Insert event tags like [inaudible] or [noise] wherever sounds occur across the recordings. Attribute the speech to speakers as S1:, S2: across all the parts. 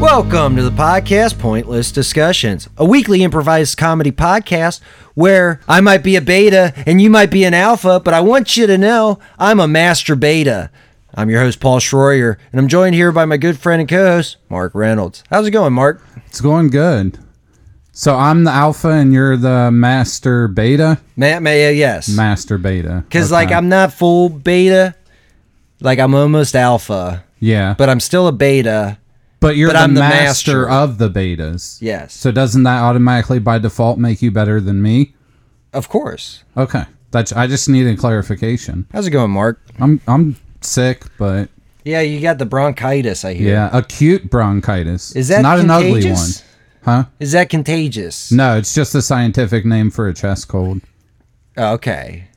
S1: Welcome to the podcast Pointless Discussions, a weekly improvised comedy podcast where I might be a beta and you might be an alpha, but I want you to know I'm a master beta. I'm your host, Paul Schroyer, and I'm joined here by my good friend and co host, Mark Reynolds. How's it going, Mark?
S2: It's going good. So I'm the alpha and you're the master beta?
S1: Matt Maya, uh, yes.
S2: Master beta.
S1: Because,
S2: Okay.
S1: like, I'm not full beta, like, I'm almost alpha,
S2: Yeah. But,
S1: but I'm still a beta.
S2: you're
S1: but
S2: the,
S1: I'm the
S2: master,
S1: master.
S2: of the betas.
S1: Yes.
S2: So doesn't that automatically by default make you better than me?
S1: of course.
S2: Okay. That's I just needed clarification.
S1: How's it going, Mark?
S2: I'm I'm sick, but
S1: Yeah, you got the bronchitis, I hear.
S2: yeah, acute bronchitis.
S1: Is
S2: It's
S1: that
S2: not an ugly one?
S1: contagious?
S2: Huh?
S1: Is that contagious?
S2: No, it's just the scientific name for a chest cold.
S1: Oh, Okay.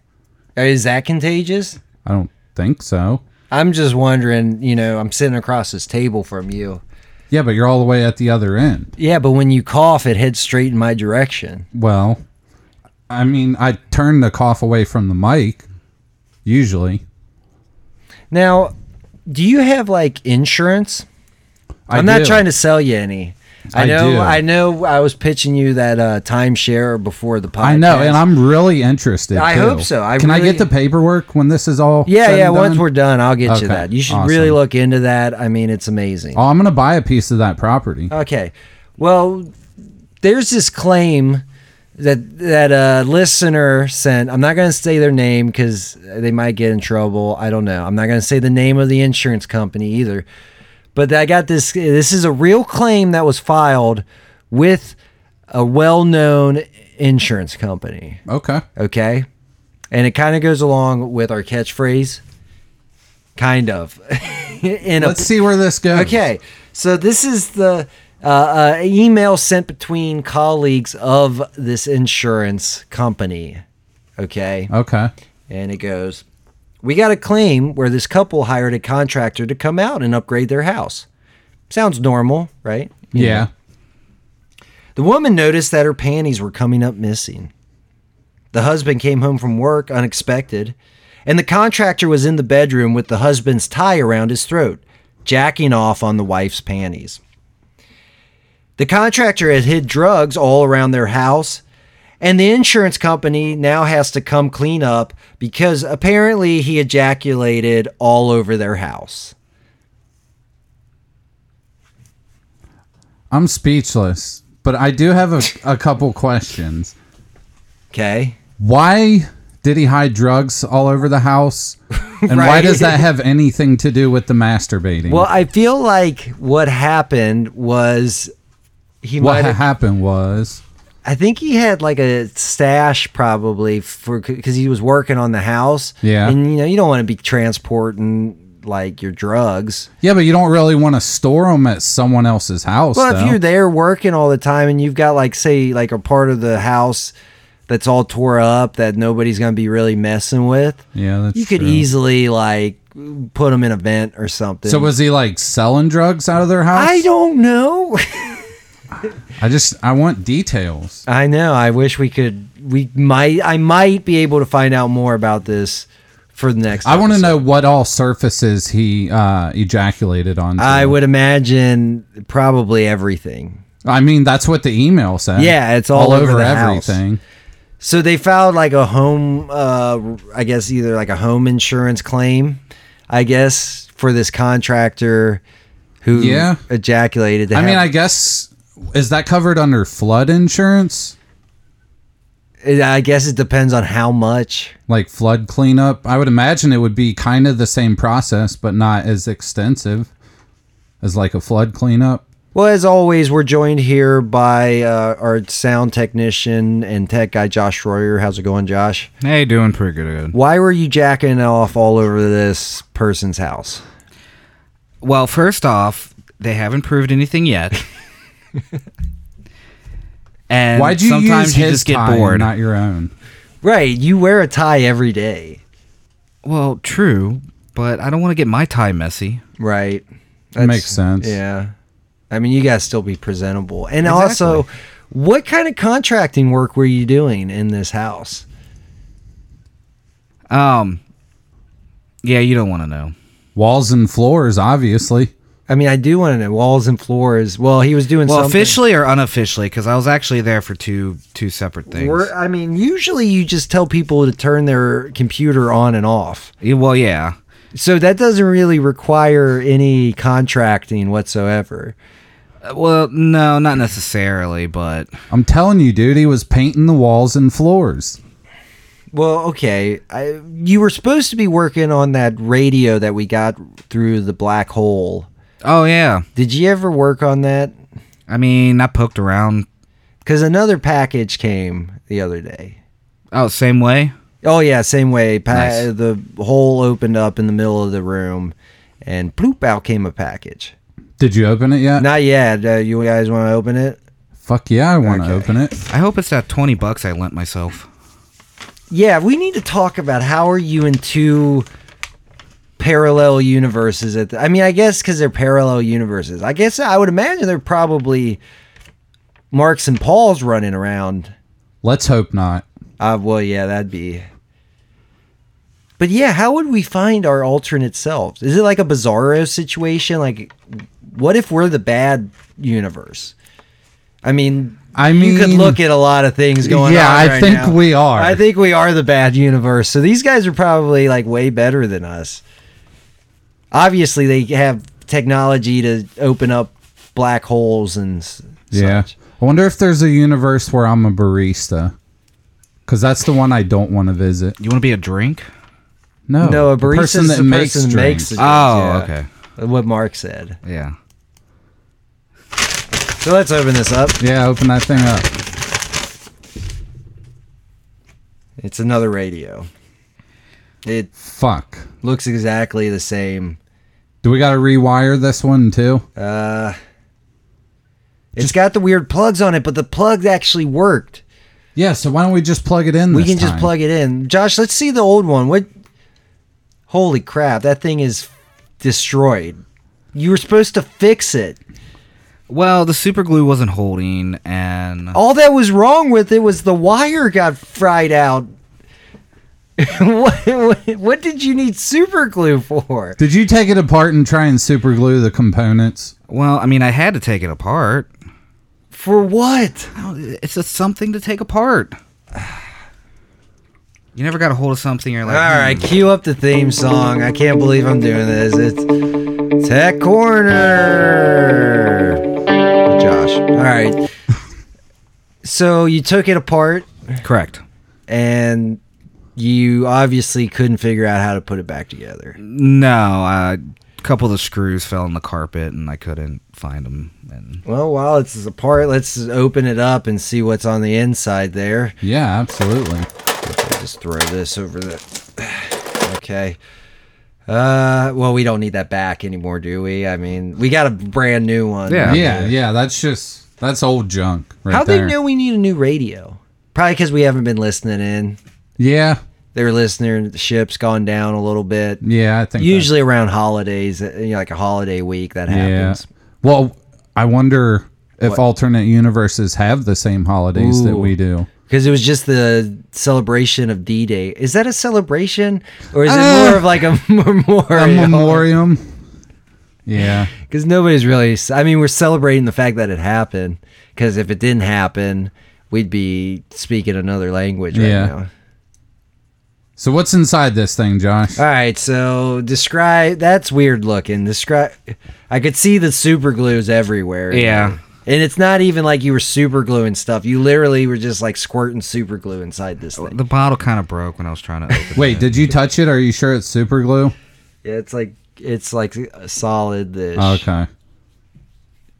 S1: Uh, Is that contagious?
S2: I don't think so.
S1: I'm just wondering, you know, I'm sitting across this table from you.
S2: Yeah, but you're all the way at the other end.
S1: Yeah, but when you cough, it heads straight in my direction.
S2: Well, I mean, I turn the cough away from the mic, usually.
S1: Now, do you have like insurance?
S2: I
S1: am not
S2: do.
S1: trying to sell you any. I,
S2: I
S1: know
S2: do.
S1: I know I was pitching you that uh timeshare before the podcast.
S2: I know, and I'm really interested.
S1: I
S2: too.
S1: hope so. I
S2: Can I
S1: really-
S2: get the paperwork when this is all?
S1: Yeah,
S2: said and
S1: yeah, once
S2: done?
S1: we're done, I'll get you
S2: Okay,
S1: that. You should really
S2: awesome.
S1: look into that. I mean, it's amazing.
S2: Oh, I'm gonna buy a piece of that property.
S1: Okay. Well, there's this claim that that a listener sent. I'm not going to say their name because they might get in trouble. I don't know. I'm not going to say the name of the insurance company either. But I got this. This is a real claim that was filed with a well-known insurance company.
S2: okay.
S1: Okay, and it kind of goes along with our catchphrase, kind of. [laughs] in a
S2: Let's see where this goes.
S1: Okay, so this is the uh, uh, email sent between colleagues of this insurance company. Okay,
S2: Okay.
S1: and it goes, "We got a claim where this couple hired a contractor to come out and upgrade their house. Sounds normal, right? You know.
S2: Yeah.
S1: The woman noticed that her panties were coming up missing. The husband came home from work unexpected, and the contractor was in the bedroom with the husband's tie around his throat, jacking off on the wife's panties. The contractor had hid drugs all around their house, and the insurance company now has to come clean up because apparently he ejaculated all over their house.
S2: I'm speechless, but I do have a, [laughs] a couple questions.
S1: Okay?
S2: Why did he hide drugs all over
S1: [laughs]
S2: the house, and why
S1: Right.
S2: does that have anything to do with the masturbating?
S1: Well, I feel like what happened was he
S2: what
S1: might have
S2: happened was
S1: I think he had like a stash probably for because he was working on the house.
S2: Yeah.
S1: and you know you don't want to be transporting like your drugs.
S2: Yeah, but you don't really want to store them at someone else's house.
S1: Well,
S2: though.
S1: if you're there working all the time and you've got like say like a part of the house that's all tore up that nobody's gonna be really messing with,
S2: yeah, that's
S1: you could
S2: true.
S1: easily like put them in a vent or something.
S2: So was he like selling drugs out of their house?
S1: I don't know. [laughs]
S2: I just I want details.
S1: I know. I wish we could. We might. I might be able to find out more about this for the next.
S2: I want to
S1: episode.
S2: know what all surfaces he uh, ejaculated on.
S1: I would imagine probably everything.
S2: I mean, that's what the email said.
S1: Yeah, it's all over the house.
S2: everything.
S1: So they filed like a home, uh, I guess either like a home insurance claim, I guess for this contractor who
S2: Yeah.
S1: ejaculated.
S2: I mean, I guess is that covered under flood insurance,
S1: mean, I I guess it depends on how much.
S2: like flood cleanup? I would imagine it would be kind of the same process, but not as extensive as like a flood cleanup.
S1: Well, as always, we're joined here by uh, our sound technician and tech guy, Josh Royer. How's it going, Josh?
S3: Hey, doing pretty good.
S1: Why were you jacking off all over this person's house?
S3: Well, first off, they haven't proved
S2: [laughs]
S3: anything yet. and
S2: Why'd you
S3: sometimes
S2: use
S3: you
S2: his
S3: just get
S2: tie and
S3: bored.
S2: not your own?
S1: Right, you wear a tie every day.
S3: well, true, but I don't want to get my tie messy.
S1: Right.
S2: makes sense.
S1: Yeah. I mean, you guys still be presentable. And also, what kind of contracting work were you doing in this house?
S3: Um, yeah, you don't want to know.
S2: Walls and floors, obviously.
S1: I mean, I do want to know walls and floors. Well, he was doing
S3: Well,
S1: something.
S3: officially or unofficially, because I was actually there for two two separate things.
S1: We're- I mean, usually you just tell people to turn their computer on and off.
S3: Yeah, well, yeah.
S1: So that doesn't really require any contracting whatsoever.
S3: Uh, Well, no, not necessarily, but
S2: I'm telling you, dude, he was painting the walls and floors.
S1: Well, okay. I, you were supposed to be working on that radio that we got through the black hole.
S3: oh yeah.
S1: Did you ever work on that?
S3: I mean, I poked around.
S1: Because another package came the other day.
S3: Oh, same way.
S1: Oh yeah, same way. Pa-
S3: Nice.
S1: The hole opened up in the middle of the room, and bloop out came a package.
S2: Did you open it yet?
S1: Not yet. Uh, you guys want to open it?
S2: Fuck yeah, I want to
S1: Okay.
S2: open it.
S3: I hope it's that twenty bucks I lent myself.
S1: Yeah, we need to talk about how are you in two parallel universes at the, I mean, I guess cuz they're parallel universes. I guess I would imagine they're probably Marks and Paul's running around.
S2: Let's hope not.
S1: Uh well, yeah, that'd be But yeah, how would we find our alternate selves? Is it like a bizarro situation? Like what if we're the bad universe? I mean,
S2: I
S1: you could
S2: mean-
S1: look at a lot of things going
S2: yeah,
S1: on.
S2: I
S1: right
S2: think
S1: now.
S2: we are.
S1: I think we are the bad universe. So these guys are probably like way better than us. Obviously, they have technology to open up black holes and s-
S2: yeah.
S1: such.
S2: I wonder if there's a universe where I'm a barista. Cause that's the one I don't want to visit.
S3: You want to be a drink?
S2: No,
S1: No, a
S2: the
S1: barista is the person that makes
S2: drinks.
S1: the-
S3: Oh,
S1: Yeah.
S3: okay.
S1: What Mark said.
S3: Yeah.
S1: So let's open this up.
S2: Yeah, open that thing up.
S1: It's another radio. It
S2: Fuck.
S1: looks exactly the same.
S2: Do we got to rewire this one too?
S1: Uh, it's got the weird plugs on it, but the plugs actually worked.
S2: Yeah. So why don't we just plug it in?
S1: We
S2: this
S1: can just
S2: time?
S1: plug it in. Josh, let's see the old one. What? Holy crap! That thing is destroyed. You were supposed to fix it.
S3: Well, the super glue wasn't holding, and
S1: All that was wrong with it was the wire got fried out. [laughs] what, what, what did you need super glue for?
S2: Did you take it apart and try and super glue the components?
S3: well, I mean, I had to take it apart.
S1: For what?
S3: Oh, It's just something to take apart. [sighs] You never got a hold of something. You're
S1: All
S3: like,
S1: right,
S3: hmm.
S1: cue up the theme song. I can't believe I'm doing this. It's Tech Corner. Josh. All right. So you took it apart.
S3: hmm, correct.
S1: and you obviously couldn't figure out how to put it back together.
S3: No, uh, a couple of the screws fell on the carpet, and I couldn't find them. And
S1: Well, while it's apart, let's open it up and see what's on the inside there.
S2: Yeah, absolutely.
S1: I'll just throw this over the. [sighs] Okay. Uh, well, we don't need that back anymore, do we? I mean, we got a brand new one.
S3: Yeah.
S2: Yeah, yeah. That's just that's old junk right
S1: How'd
S2: there.
S1: they know we need a new radio? Probably because we haven't been listening in.
S2: Yeah,
S1: Their listenership's gone down a little bit.
S2: yeah. I think that-
S1: Usually around holidays, uh, you know, like a holiday week, that
S2: Yeah.
S1: happens.
S2: Well, I wonder if alternate universes have the same holidays that
S1: Ooh.
S2: we do.
S1: Because it was just the celebration of D Day. Is that a celebration, or is
S2: Uh,
S1: it more of like a [laughs]
S2: A
S1: memorial?
S2: memoriam. Yeah.
S1: Because nobody's really. I mean, we're celebrating the fact that it happened. Because if it didn't happen, we'd be speaking another language right
S2: Yeah.
S1: now.
S2: So what's inside this thing, Josh?
S1: All right, so describe. That's weird looking. Describe. I could see the super glues everywhere.
S3: Yeah.
S1: And it's not even like you were super gluing stuff. You literally were just like squirting super glue inside this thing.
S3: the bottle kind of broke when I was trying
S2: [laughs]
S3: to open it.
S2: Wait, did you touch it? Are you sure it's super glue?
S1: Yeah, it's like it's like solid. This.
S2: Okay.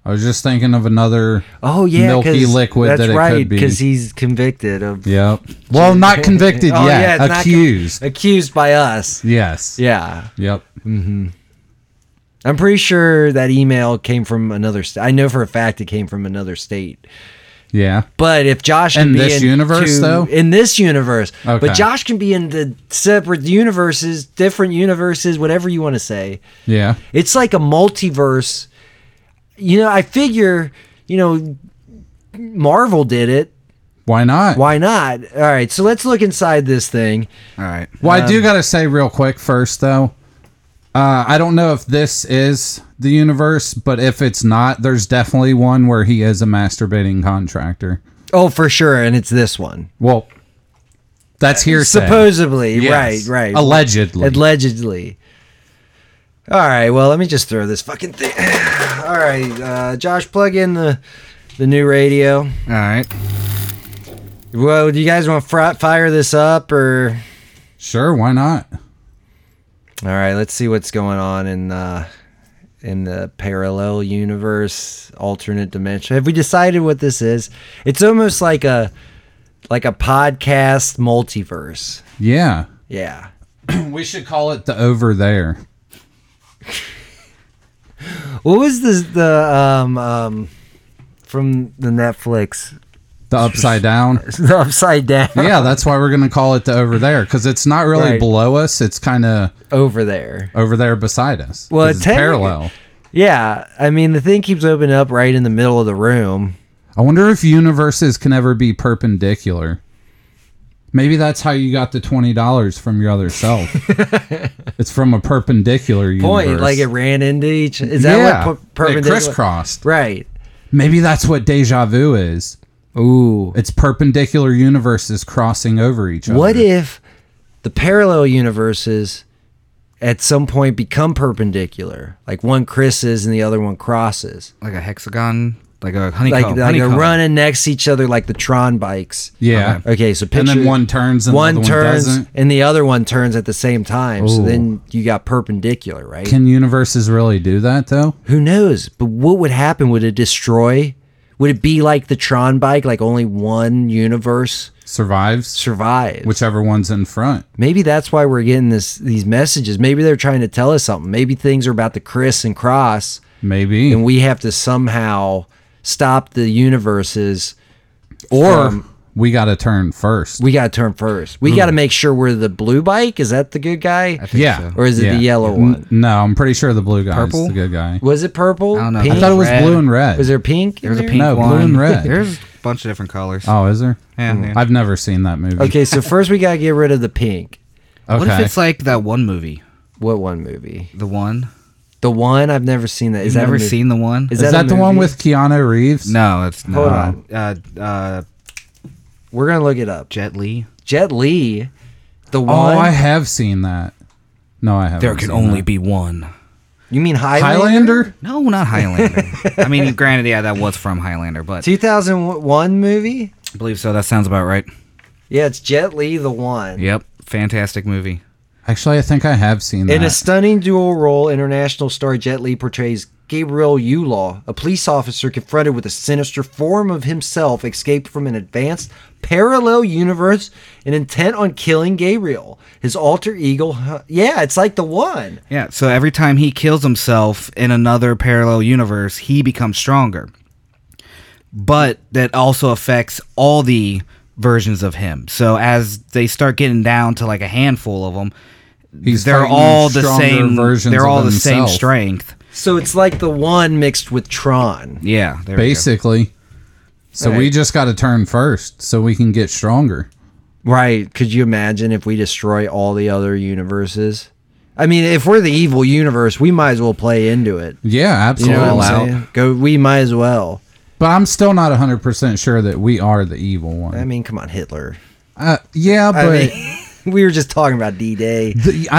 S2: I was just thinking of another.
S1: Oh yeah,
S2: milky
S1: 'cause
S2: liquid
S1: That's
S2: that it could
S1: right,
S2: be.
S1: because he's convicted of.
S2: Yep. Well, not convicted
S1: Oh, yeah,
S2: yet.
S1: it's not con-
S2: accused.
S1: accused by us.
S2: yes.
S1: Yeah,
S2: Yep.
S1: I'm pretty sure that email came from another. St- I know for a fact it came from another state.
S2: Yeah.
S1: But if Josh can
S2: In
S1: be
S2: this
S1: in
S2: universe,
S1: two-
S2: though?
S1: in this universe,
S2: Okay.
S1: but Josh can be in the separate universes, different universes, whatever you want to say.
S2: Yeah.
S1: It's like a multiverse. You know, I figure, you know, Marvel did it.
S2: Why not?
S1: Why not? All right, so let's look inside this thing.
S3: All right.
S1: um,
S2: Well, I do gotta say real quick first though. Uh, I don't know if this is the universe, but if it's not, there's definitely one where he is a masturbating contractor.
S1: Oh, for sure, and it's this one.
S2: Well, that's hearsay.
S1: Supposedly,
S2: Yes.
S1: right, right.
S2: Allegedly.
S1: Allegedly. All right. Well, let me just throw this fucking thing. [sighs] All right, uh, Josh, plug in the the new radio.
S3: All right.
S1: Well, do you guys want to fr- fire this up or?
S2: sure, why not?
S1: All right. Let's see what's going on in uh, in the parallel universe, alternate dimension. Have we decided what this is? It's almost like a like a podcast multiverse.
S2: Yeah.
S1: Yeah.
S2: We should call it the over there.
S1: What was this the um um from the Netflix
S2: The upside down.
S1: the [laughs] upside down
S2: Yeah, that's why we're going to call it the over there because it's not really
S1: Right.
S2: below us. It's kind of
S1: over there?
S2: over there beside us.
S1: Well,
S2: 'cause it's
S1: technically-
S2: parallel.
S1: Yeah, I mean the thing keeps opening up right in the middle of the room.
S2: I wonder if universes can ever be perpendicular. Maybe that's how you got the twenty dollars from your
S1: [laughs]
S2: other self. it's from a perpendicular universe.
S1: Point like it ran into each. Is that
S2: yeah,
S1: what per-
S2: it
S1: perpendicular?
S2: crisscrossed.
S1: Right.
S2: Maybe that's what deja vu is.
S1: Ooh.
S2: It's perpendicular universes crossing over each other.
S1: What if the parallel universes at some point become perpendicular? Like one Chris's and the other one crosses.
S3: Like a hexagon, like a honeycomb.
S1: Like like they're
S3: honeycomb.
S1: running next to each other like the Tron bikes.
S2: Yeah.
S1: Okay, so picture
S2: And then one turns and
S1: one
S2: the other
S1: turns
S2: one doesn't.
S1: and the other one turns at the same time. So
S2: Ooh.
S1: then you got perpendicular, right?
S2: Can universes really do that though?
S1: Who knows? But what would happen? Would it destroy? Would it be like the Tron bike, like only one universe
S2: Survives
S1: survives?
S2: whichever one's in front.
S1: Maybe that's why we're getting this these messages. Maybe they're trying to tell us something. Maybe things are about to criss and cross,
S2: Maybe.
S1: and we have to somehow stop the universes, or
S2: or we got to turn first.
S1: we got to turn first. We got to make sure we're the blue bike. Is that the good guy?
S3: Hmm. think
S2: yeah.
S3: so.
S1: Or is it the yellow
S2: N-
S1: one?
S2: No, I'm pretty sure the blue guy
S3: Purple?
S2: is the good guy.
S1: Was it purple?
S3: I don't know. I
S1: Pink?
S2: I thought it was
S3: Red.
S2: blue and red.
S1: Was there pink? in
S3: There's a
S1: there?
S3: pink
S2: No, blue
S3: one.
S2: and red.
S3: There's a bunch of different colors.
S2: oh, is there?
S3: Yeah, yeah.
S2: I've never seen that movie.
S1: Okay, so first we got to get rid of the pink.
S2: Okay.
S3: What if it's like that one movie?
S1: What one movie?
S3: The one.
S1: The one I've never seen. That is
S3: You've
S1: that a
S3: never
S1: movie?
S3: seen the one?
S1: Is that
S2: is that,
S1: a
S2: the one
S1: movie?
S2: with Keanu Reeves?
S3: no, it's no.
S1: Hold on.
S3: Uh, uh,
S1: We're gonna look it up.
S3: Jet Li.
S1: Jet Li, the
S2: Oh,
S1: one.
S2: I have seen that. No, I haven't.
S3: There can
S2: seen
S3: only
S2: that.
S3: be one.
S1: you mean Highlander?
S2: Highlander.
S3: No, not Highlander. I mean, granted, yeah, that was from Highlander, but
S1: 2001 movie.
S3: I believe so. That sounds about right.
S1: Yeah, it's Jet Li, the one.
S3: Yep, fantastic movie.
S2: Actually, I think I have seen that.
S1: In a stunning dual role, international star Jet Li portrays Gabriel Ulaw, a police officer confronted with a sinister form of himself escaped from an advanced parallel universe and intent on killing Gabriel, his alter ego. huh, Yeah, it's like the one.
S3: Yeah, so every time he kills himself in another parallel universe, he becomes stronger. But that also affects all the versions of him. So as they start getting down to like a handful of them,
S2: He's
S3: they're
S2: fighting
S3: all the
S2: stronger
S3: same.
S2: versions
S3: They're
S2: of
S3: all the same
S2: himself,
S3: strength.
S1: So it's like the one mixed with Tron.
S3: Yeah, there we go.
S2: Basically. So we
S1: Right.
S2: just got to turn first, so we can get stronger.
S1: Right. Could you imagine if we destroy all the other universes? I mean, if we're the evil universe, we might as well play into it.
S2: Yeah,
S1: You know
S2: absolutely.
S1: what I'm saying? Go we might as well.
S2: But I'm still not 100% sure that we are the evil one.
S1: I mean, come on, Hitler.
S2: uh, yeah, but
S1: I
S2: the- I,
S1: mean, [laughs] we were just talking about D Day.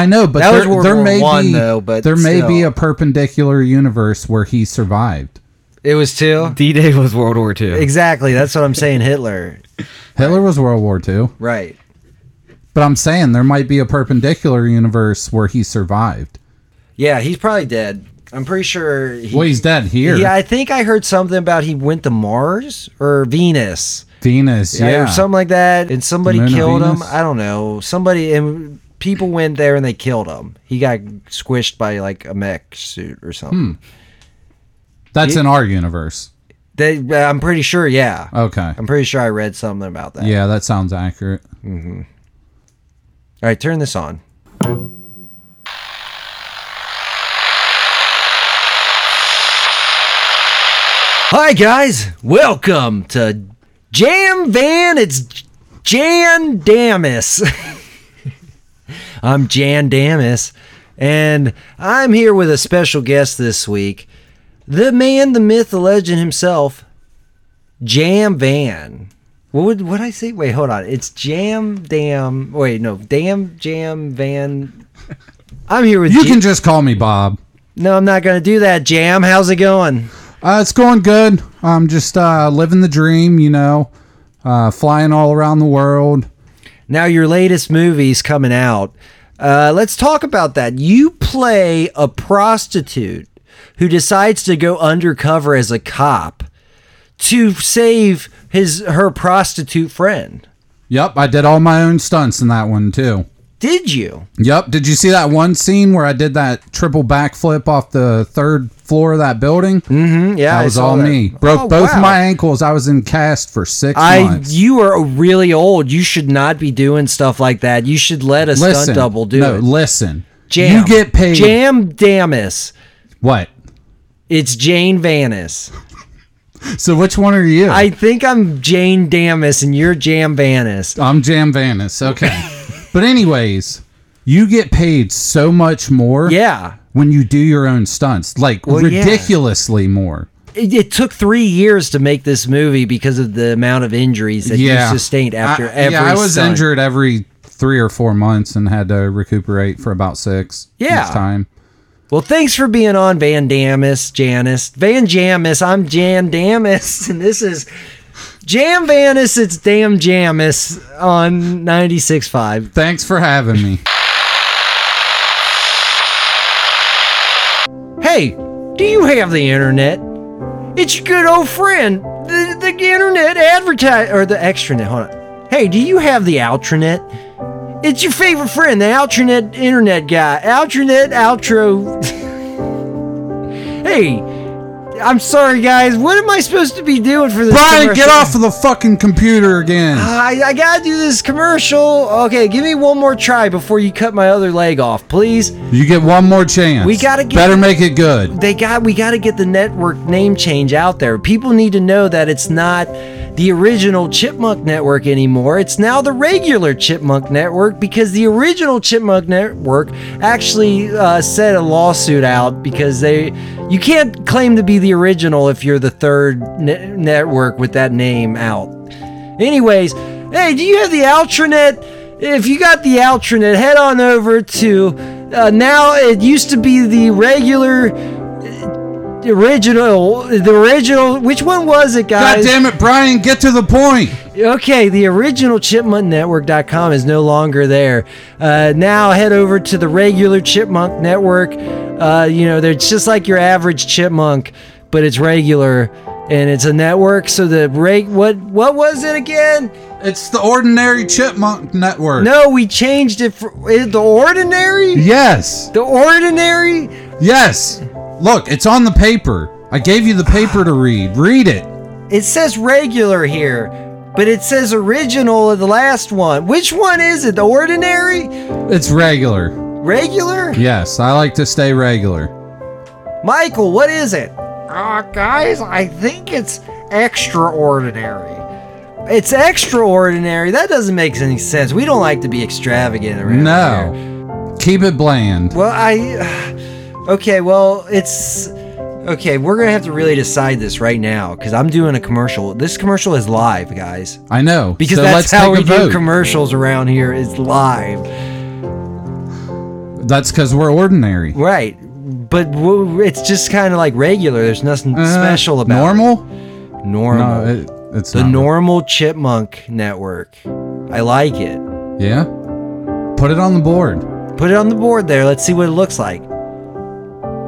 S2: know, but
S1: That was
S2: there,
S1: World
S2: there
S1: War
S2: may
S1: One,
S2: be
S1: though, but
S2: there may be
S1: still.
S2: a perpendicular universe where he survived.
S1: It was two.
S3: D Day was World War Two.
S1: Exactly. That's what I'm saying. Hitler.
S2: Hitler was World War II,
S1: Right.
S2: but I'm saying there might be a perpendicular universe where he survived.
S1: Yeah, he's probably dead. I'm pretty sure. He,
S2: Well, he's dead here.
S1: Yeah, I think I heard something about he went to Mars or Venus.
S2: Venus,
S1: yeah.
S2: yeah.
S1: or something like that. And somebody
S2: moon of
S1: killed him.
S2: Venus?
S1: I don't know. Somebody and people went there and they killed him. He got squished by like a mech suit or
S2: Hmm.
S1: something.
S2: That's in our universe.
S1: They, uh, I'm pretty sure. Yeah,
S2: Okay.
S1: I'm pretty sure I read something about that.
S2: Yeah, that sounds accurate.
S1: All right, turn this on. Hi guys, welcome to Jam Van. It's [laughs] Jan Damas. I'm Jan Damas, And I'm here with a special guest this week the man, the myth, the legend himself, Jam Van. What would what I say? Wait, hold on. It's Jam Damn. Wait, no, Damn Jam Van. I'm here with
S2: You
S1: J-
S2: can just call me Bob.
S1: No, I'm not gonna do that. Jam, how's it going?
S2: Uh, it's going good. I'm just uh, living the dream, you know, uh, flying all around the world.
S1: Now your latest movie's coming out. Uh, let's talk about that. You play a prostitute who decides to go undercover as a cop to save his her prostitute friend.
S2: Yep, I did all my own stunts in that one too.
S1: Did you?
S2: Yep. Did you see that one scene where I did that triple backflip off the third floor of that building?
S1: Mm, Yeah,
S2: That
S1: I
S2: was
S1: saw
S2: all me. Broke
S1: Oh,
S2: both
S1: wow.
S2: my ankles. I was in cast for six
S1: I
S2: months.
S1: you are really old. You should not be doing stuff like that. You should let a
S2: listen,
S1: stunt double do
S2: no,
S1: it.
S2: listen.
S1: Jam.
S2: You get paid.
S1: Jam Damus.
S2: What?
S1: It's Jane Vanis.
S2: So which one are you?
S1: I think I'm Jane Damus and you're Jam Vanis.
S2: I'm Jam Vanis.
S1: [laughs]
S2: Okay. but anyways, you get paid so much more.
S1: Yeah.
S2: When you do your own stunts, like
S1: Well, yeah.
S2: ridiculously more.
S1: It, it took three years to make this movie because of the amount of injuries that
S2: yeah.
S1: you sustained after
S2: I,
S1: every
S2: Yeah, I was
S1: stunt.
S2: injured every three or four months and had to recuperate for about six.
S1: Yeah.
S2: Each time.
S1: Well, thanks for being on Van Damus, Janice. Van Jamis, I'm Jan Damus, [laughs] and this is Jam Vanis, it's Damn Jamis on 96.5.
S2: Thanks for
S1: [laughs]
S2: having me.
S1: Hey, do you have the internet? It's your good old friend, the, the internet advertise or the extranet. Hold on. Hey, do you have the outranet? It's your favorite friend, the outranet internet guy. Outranet outro. [laughs] hey, I'm sorry, guys. What am I supposed to be doing for this?
S2: Brian, get
S1: commercial?
S2: off of the fucking computer again.
S1: I, I gotta do this commercial. Okay, give me one more try before you cut my other leg off, please.
S2: You get one more chance.
S1: We gotta get-
S2: better make it good.
S1: they got we got to get the network name change out there. People need to know that it's not the original Chipmunk Network anymore. It's now the regular Chipmunk Network because the original Chipmunk Network actually uh, set a lawsuit out because they you can't claim to be the original if you're the third ne- network with that name out. Anyways, hey, do you have the Altranet? If you got the Altranet, head on over to uh, now. It used to be the regular, uh, the original, the original. Which one was it,
S2: God
S1: guys?
S2: damn it, Brian, get to the point.
S1: Okay, the original chipmunknetwork.com is no longer there. Uh, now head over to the regular Chipmunk Network. Uh, you know, they're just like your average chipmunk, but it's regular and it's a network. So the reg- what what was it again?
S2: It's the Ordinary Chipmunk Network.
S1: No, we changed it for eh, the ordinary.
S2: Yes.
S1: The ordinary.
S2: Yes. Look, it's on the paper. I gave you the paper to read. Read it.
S1: It says regular here, but it says original of the last one. Which one is it? The ordinary?
S2: It's regular.
S1: Regular?
S2: Yes, I like to stay regular.
S1: Michael, what is it? Uh, guys, I think it's extraordinary. It's extraordinary. That doesn't make any sense. We don't like to be extravagant around here.
S2: No. Keep it bland.
S1: Well, I. Okay, well, it's. Okay, we're gonna have to really decide this right now because I'm doing a commercial. This commercial is live, guys.
S2: I know.
S1: Because
S2: so
S1: that's
S2: let's
S1: how we
S2: take a
S1: do
S2: vote.
S1: commercials around here. It's live,
S2: that's because we're ordinary.
S1: right? But w- it's just kind of like regular. There's nothing
S2: Uh,
S1: special about it.
S2: normal?
S1: normal.
S2: No, it, it's
S1: the
S2: not.
S1: normal chipmunk network. I like it.
S2: Yeah. Put it on the board.
S1: Put it on the board there. Let's see what it looks like.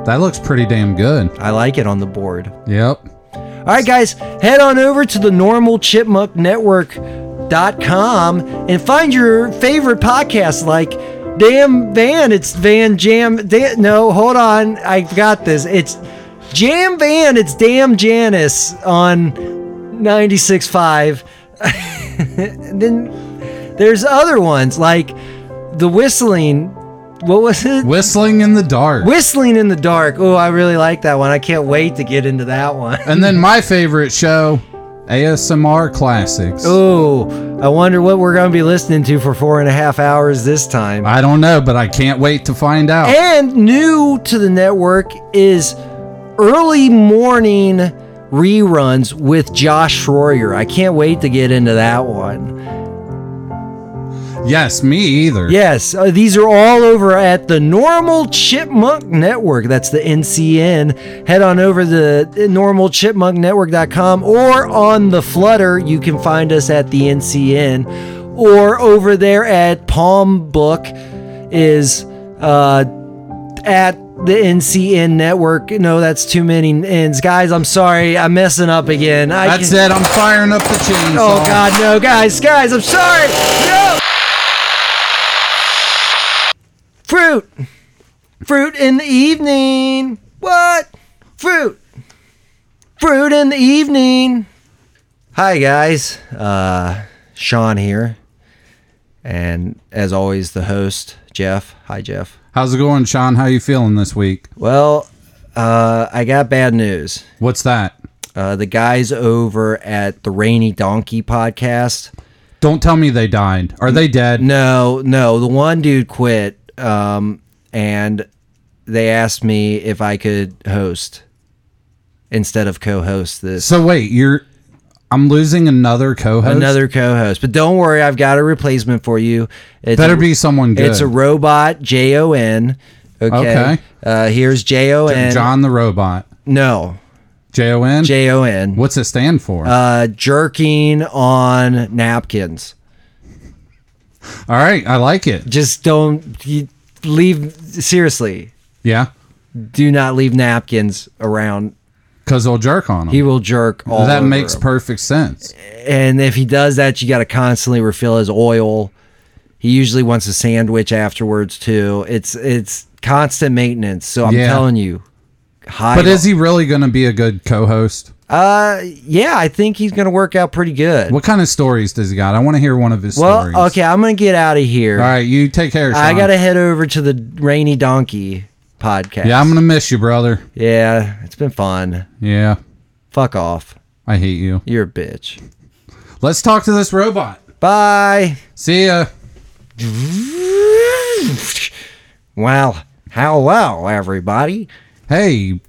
S2: That looks pretty damn good.
S1: I like it on the board.
S2: Yep.
S1: All right, guys, head on over to the normal chipmunk network.com and find your favorite podcast like Damn Van. It's Van Jam. Da- no, hold on. I got this. It's Jam Van. It's Damn Janice on 96.5. And [laughs] then there's other ones like The Whistling. What was it?
S2: Whistling in the dark.
S1: Whistling in the Dark. Oh, I really like that one. [laughs] I can't wait to get into that one.
S2: and then my favorite show, ASMR classics.
S1: Oh, I wonder what we're going to be listening to for four and a half hours this time.
S2: I don't know, but I can't wait to find out.
S1: And new to the network is early morning reruns with Josh Schroyer. I can't wait to get into that one.
S2: yes, me either.
S1: Yes, uh, these are all over at the Normal Chipmunk Network. That's the NCN. Head on over to normalchipmunknetwork.com or on the Flutter. You can find us at the NCN or over there at Palm Book is uh, at the NCN Network. No, that's too many ends. Guys, I'm sorry. I'm messing up again. I
S2: That's
S1: can-
S2: it. I'm firing up the chainsaw.
S1: Oh, God, no. Guys, guys, I'm sorry. No! Fruit. Fruit in the evening. What? Fruit. Fruit in the evening. Hi, guys. Uh, Sean here. And as always, the host, Jeff. Hi, Jeff.
S2: How's it going, Sean? How you feeling this week?
S1: Well, uh, I got bad news.
S2: What's that?
S1: Uh, the guys over at the Rainy Donkey podcast.
S2: Don't tell me they died. Are they dead?
S1: No, no, the one dude quit, um, and they asked me if I could host instead of co-host this
S2: So wait, you're. I'm losing another co-host.
S1: another co-host. But don't worry, I've got a replacement for you. It's
S2: Better
S1: a-
S2: be someone good.
S1: It's a robot, J O N. Okay.
S2: Okay.
S1: Uh, here's J O N.
S2: John the robot.
S1: No,
S2: J O N.
S1: J O N.
S2: What's it stand for?
S1: uh, jerking on napkins.
S2: All right, I like it.
S1: Just don't you leave. Seriously,
S2: Yeah,
S1: do not leave napkins around.
S2: because they'll jerk on them.
S1: He will jerk all.
S2: that
S1: over
S2: makes
S1: him.
S2: perfect sense.
S1: and if he does that, you got to constantly refill his oil. He usually wants a sandwich afterwards too. It's it's constant maintenance. So I'm
S2: Yeah.
S1: telling you, high.
S2: But is he really going to be a good co-host?
S1: Uh, yeah, I think he's gonna work out pretty good.
S2: What kind of stories does he got? I want to hear one of his
S1: well,
S2: stories.
S1: okay, I'm gonna get out of here.
S2: All right, you take care. Sean.
S1: I gotta head over to the Rainy Donkey podcast.
S2: Yeah, I'm gonna miss you, brother.
S1: Yeah, it's been fun.
S2: Yeah,
S1: Fuck off.
S2: I hate you.
S1: You're a bitch.
S2: Let's talk to this robot.
S1: Bye. [laughs]
S2: See ya.
S1: Well, hello, everybody.
S2: Hey,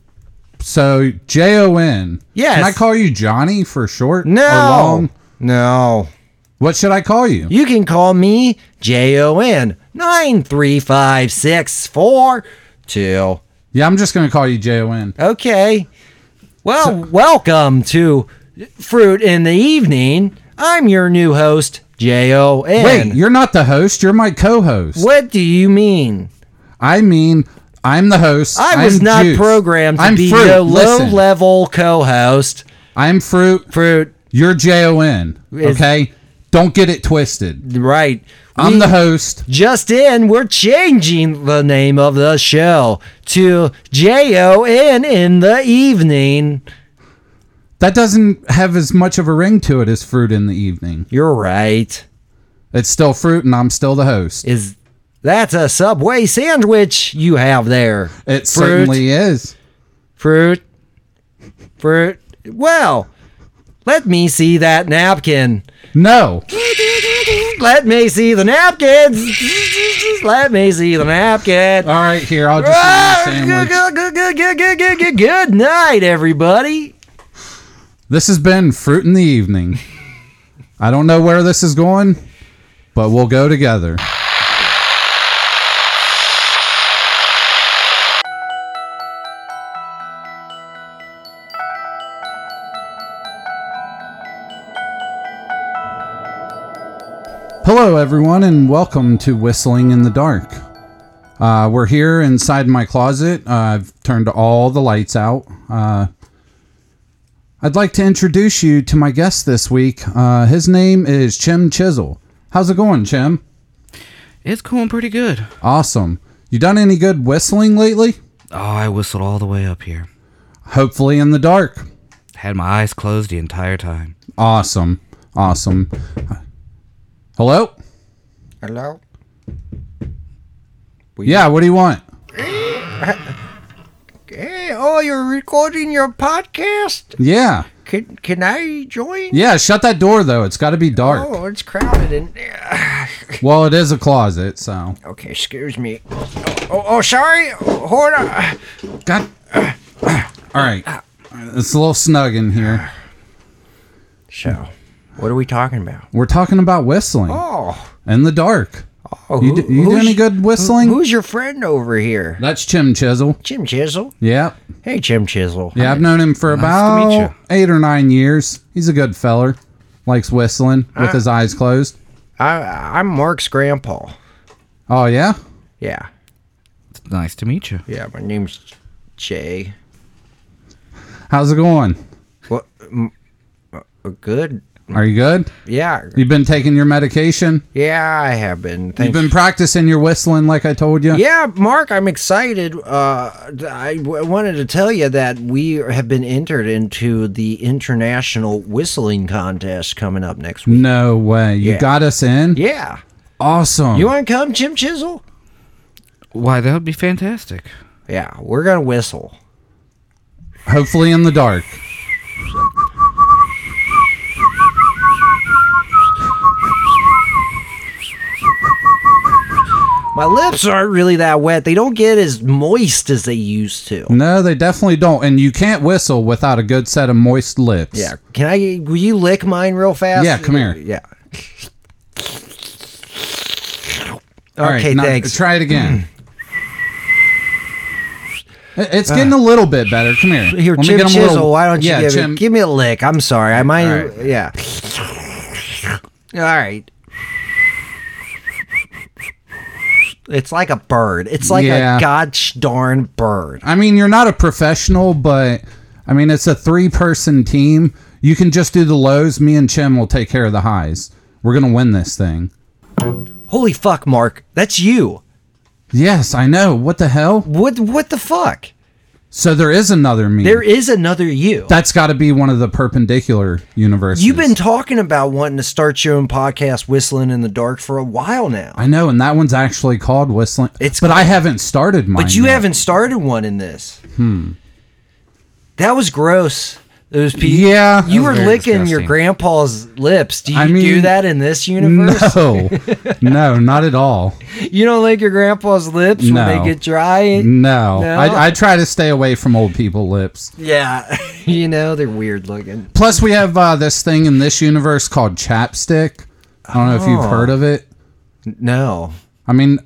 S2: so J O N.
S1: Yes.
S2: Can I call you Johnny for short?
S1: No.
S2: Or long?
S1: No.
S2: What should I call you?
S1: You can call me J O N nine three five six four two.
S2: Yeah, I'm just gonna call you J O N.
S1: Okay. Well, welcome to Fruit in the Evening. I'm your new host, J O N.
S2: Wait, you're not the host. You're my co-host.
S1: what do you mean?
S2: I mean, I'm the host.
S1: I was
S2: I'm
S1: not
S2: juice.
S1: programmed to
S2: I'm
S1: be
S2: fruit.
S1: your
S2: Listen,
S1: low-level co-host.
S2: I'm fruit.
S1: Fruit,
S2: You're J O N.
S1: It's-
S2: Okay. Don't get it twisted.
S1: right?
S2: I'm
S1: We-
S2: the host.
S1: Just in, we're changing the name of the show to J O N in the evening.
S2: That doesn't have as much of a ring to it as fruit in the evening.
S1: You're right.
S2: It's still fruit, and I'm still the host.
S1: Is that's a Subway sandwich you have there? Fruit.
S2: It certainly is.
S1: Fruit. Fruit. Well, let me see that napkin.
S2: No.
S1: Let me see the napkins. Let me see the napkin.
S2: All right, here I'll just
S1: Ah,
S2: eat a
S1: good,
S2: sandwich.
S1: good, good, good, good, good, good, good, good night, everybody.
S2: This has been fruit in the evening. I don't know where this is going, but we'll go together. Hello, everyone, and welcome to Whistling in the Dark. Uh, we're here inside my closet. Uh, I've turned all the lights out. Uh, I'd like to introduce you to my guest this week. Uh, his name is Chim Chisel. How's it going, Chim?
S3: It's going pretty good.
S2: Awesome. You done any good whistling lately?
S3: Oh, I whistled all the way up here.
S2: Hopefully in the dark.
S3: Had my eyes closed the entire time.
S2: Awesome. Awesome. Hello?
S1: Hello.
S2: Yeah, what do you want?
S1: Hey, oh, you're recording your podcast?
S2: Yeah.
S1: Can can I join?
S2: Yeah, shut that door though. It's got to be dark.
S1: Oh, it's crowded in there. [sighs]
S2: Well, it is a closet, so.
S1: Okay, excuse me. Oh, oh, oh, sorry. Hold on.
S2: God. All right. It's a little snug in here.
S1: So, what are we talking about?
S2: We're talking about whistling
S1: Oh,
S2: in the dark.
S1: oh
S2: You do- you do
S1: who's-
S2: any good whistling?
S1: who- who's your friend over here?
S2: That's Chim Chisel.
S1: Jim Chisel.
S2: Yeah.
S1: Hey, Jim Chisel.
S2: Yeah, I've known him for
S3: Nice to meet
S2: about eight or nine years. He's a good feller. Likes whistling with
S1: Ah.
S2: his eyes closed.
S1: I, I'm Mark's grandpa.
S2: Oh, yeah?
S1: Yeah,
S3: It's nice to meet you.
S1: yeah. My name's Jay.
S2: How's it going?
S1: What? m- uh, Good.
S2: Are you good?
S1: Yeah,
S2: You've been taking your medication?
S1: yeah. I have been. Thanks.
S2: You've been practicing your whistling like I told you?
S1: Yeah, Mark, I'm excited. Uh, I w- wanted to tell you that we have been entered into the international whistling contest coming up next week.
S2: No way. You
S1: Yeah.
S2: got us in?
S1: Yeah,
S2: Awesome.
S1: you want to come, Jim Chisel?
S3: Why, that would be fantastic.
S1: Yeah, we're gonna whistle.
S2: Hopefully in the dark.
S1: My lips aren't really that wet. They don't get as moist as they used to.
S2: No, they definitely don't. And you can't whistle without a good set of moist lips.
S1: Yeah, can I? Will you lick mine real fast?
S2: Yeah, come here.
S1: Yeah. [laughs]
S2: All right,
S1: okay,
S2: now
S1: thanks.
S2: Try it again. It- It's getting a little bit better. Come here.
S1: Uh. Here,
S2: Let me
S1: Jim
S2: get 'em a
S1: Chisel,
S2: little-
S1: why don't you
S2: yeah,
S1: give,
S2: Jim,
S1: it, give me a lick? I'm sorry. I might.
S2: All right.
S1: Yeah. All right. It's like a bird. It's like
S2: Yeah.
S1: a gosh darn bird.
S2: I mean, you're not a professional, but I mean, it's a three person team. You can just do the lows. Me and Chim will take care of the highs. We're going to win this thing.
S1: Holy fuck, Mark. That's you.
S2: Yes, I know. What the hell?
S1: What what the fuck?
S2: So there is another me.
S1: There is another you.
S2: That's got to be one of the perpendicular universes.
S1: You've been talking about wanting to start your own podcast whistling in the dark for a while now.
S2: I know, and that one's actually called Whistling.
S1: It's
S2: but I haven't started mine.
S1: But you
S2: yet.
S1: haven't started one in this. Hmm. That was gross. Those people.
S2: Yeah.
S1: You
S3: That
S1: were
S3: was very
S1: licking your
S3: disgusting.
S1: grandpa's lips. Do you
S2: I
S1: do
S2: mean,
S1: that in this universe? [laughs]
S2: No, no, not at all.
S1: You don't lick your grandpa's lips when
S2: No.
S1: they get dry.
S2: No,
S1: No?
S2: I, I try to stay away from old people lips.
S1: Yeah, [laughs] you know they're weird looking.
S2: Plus, we have uh, this thing in this universe called chapstick. I don't know if you've
S1: Oh.
S2: heard of it.
S1: No,
S2: I mean,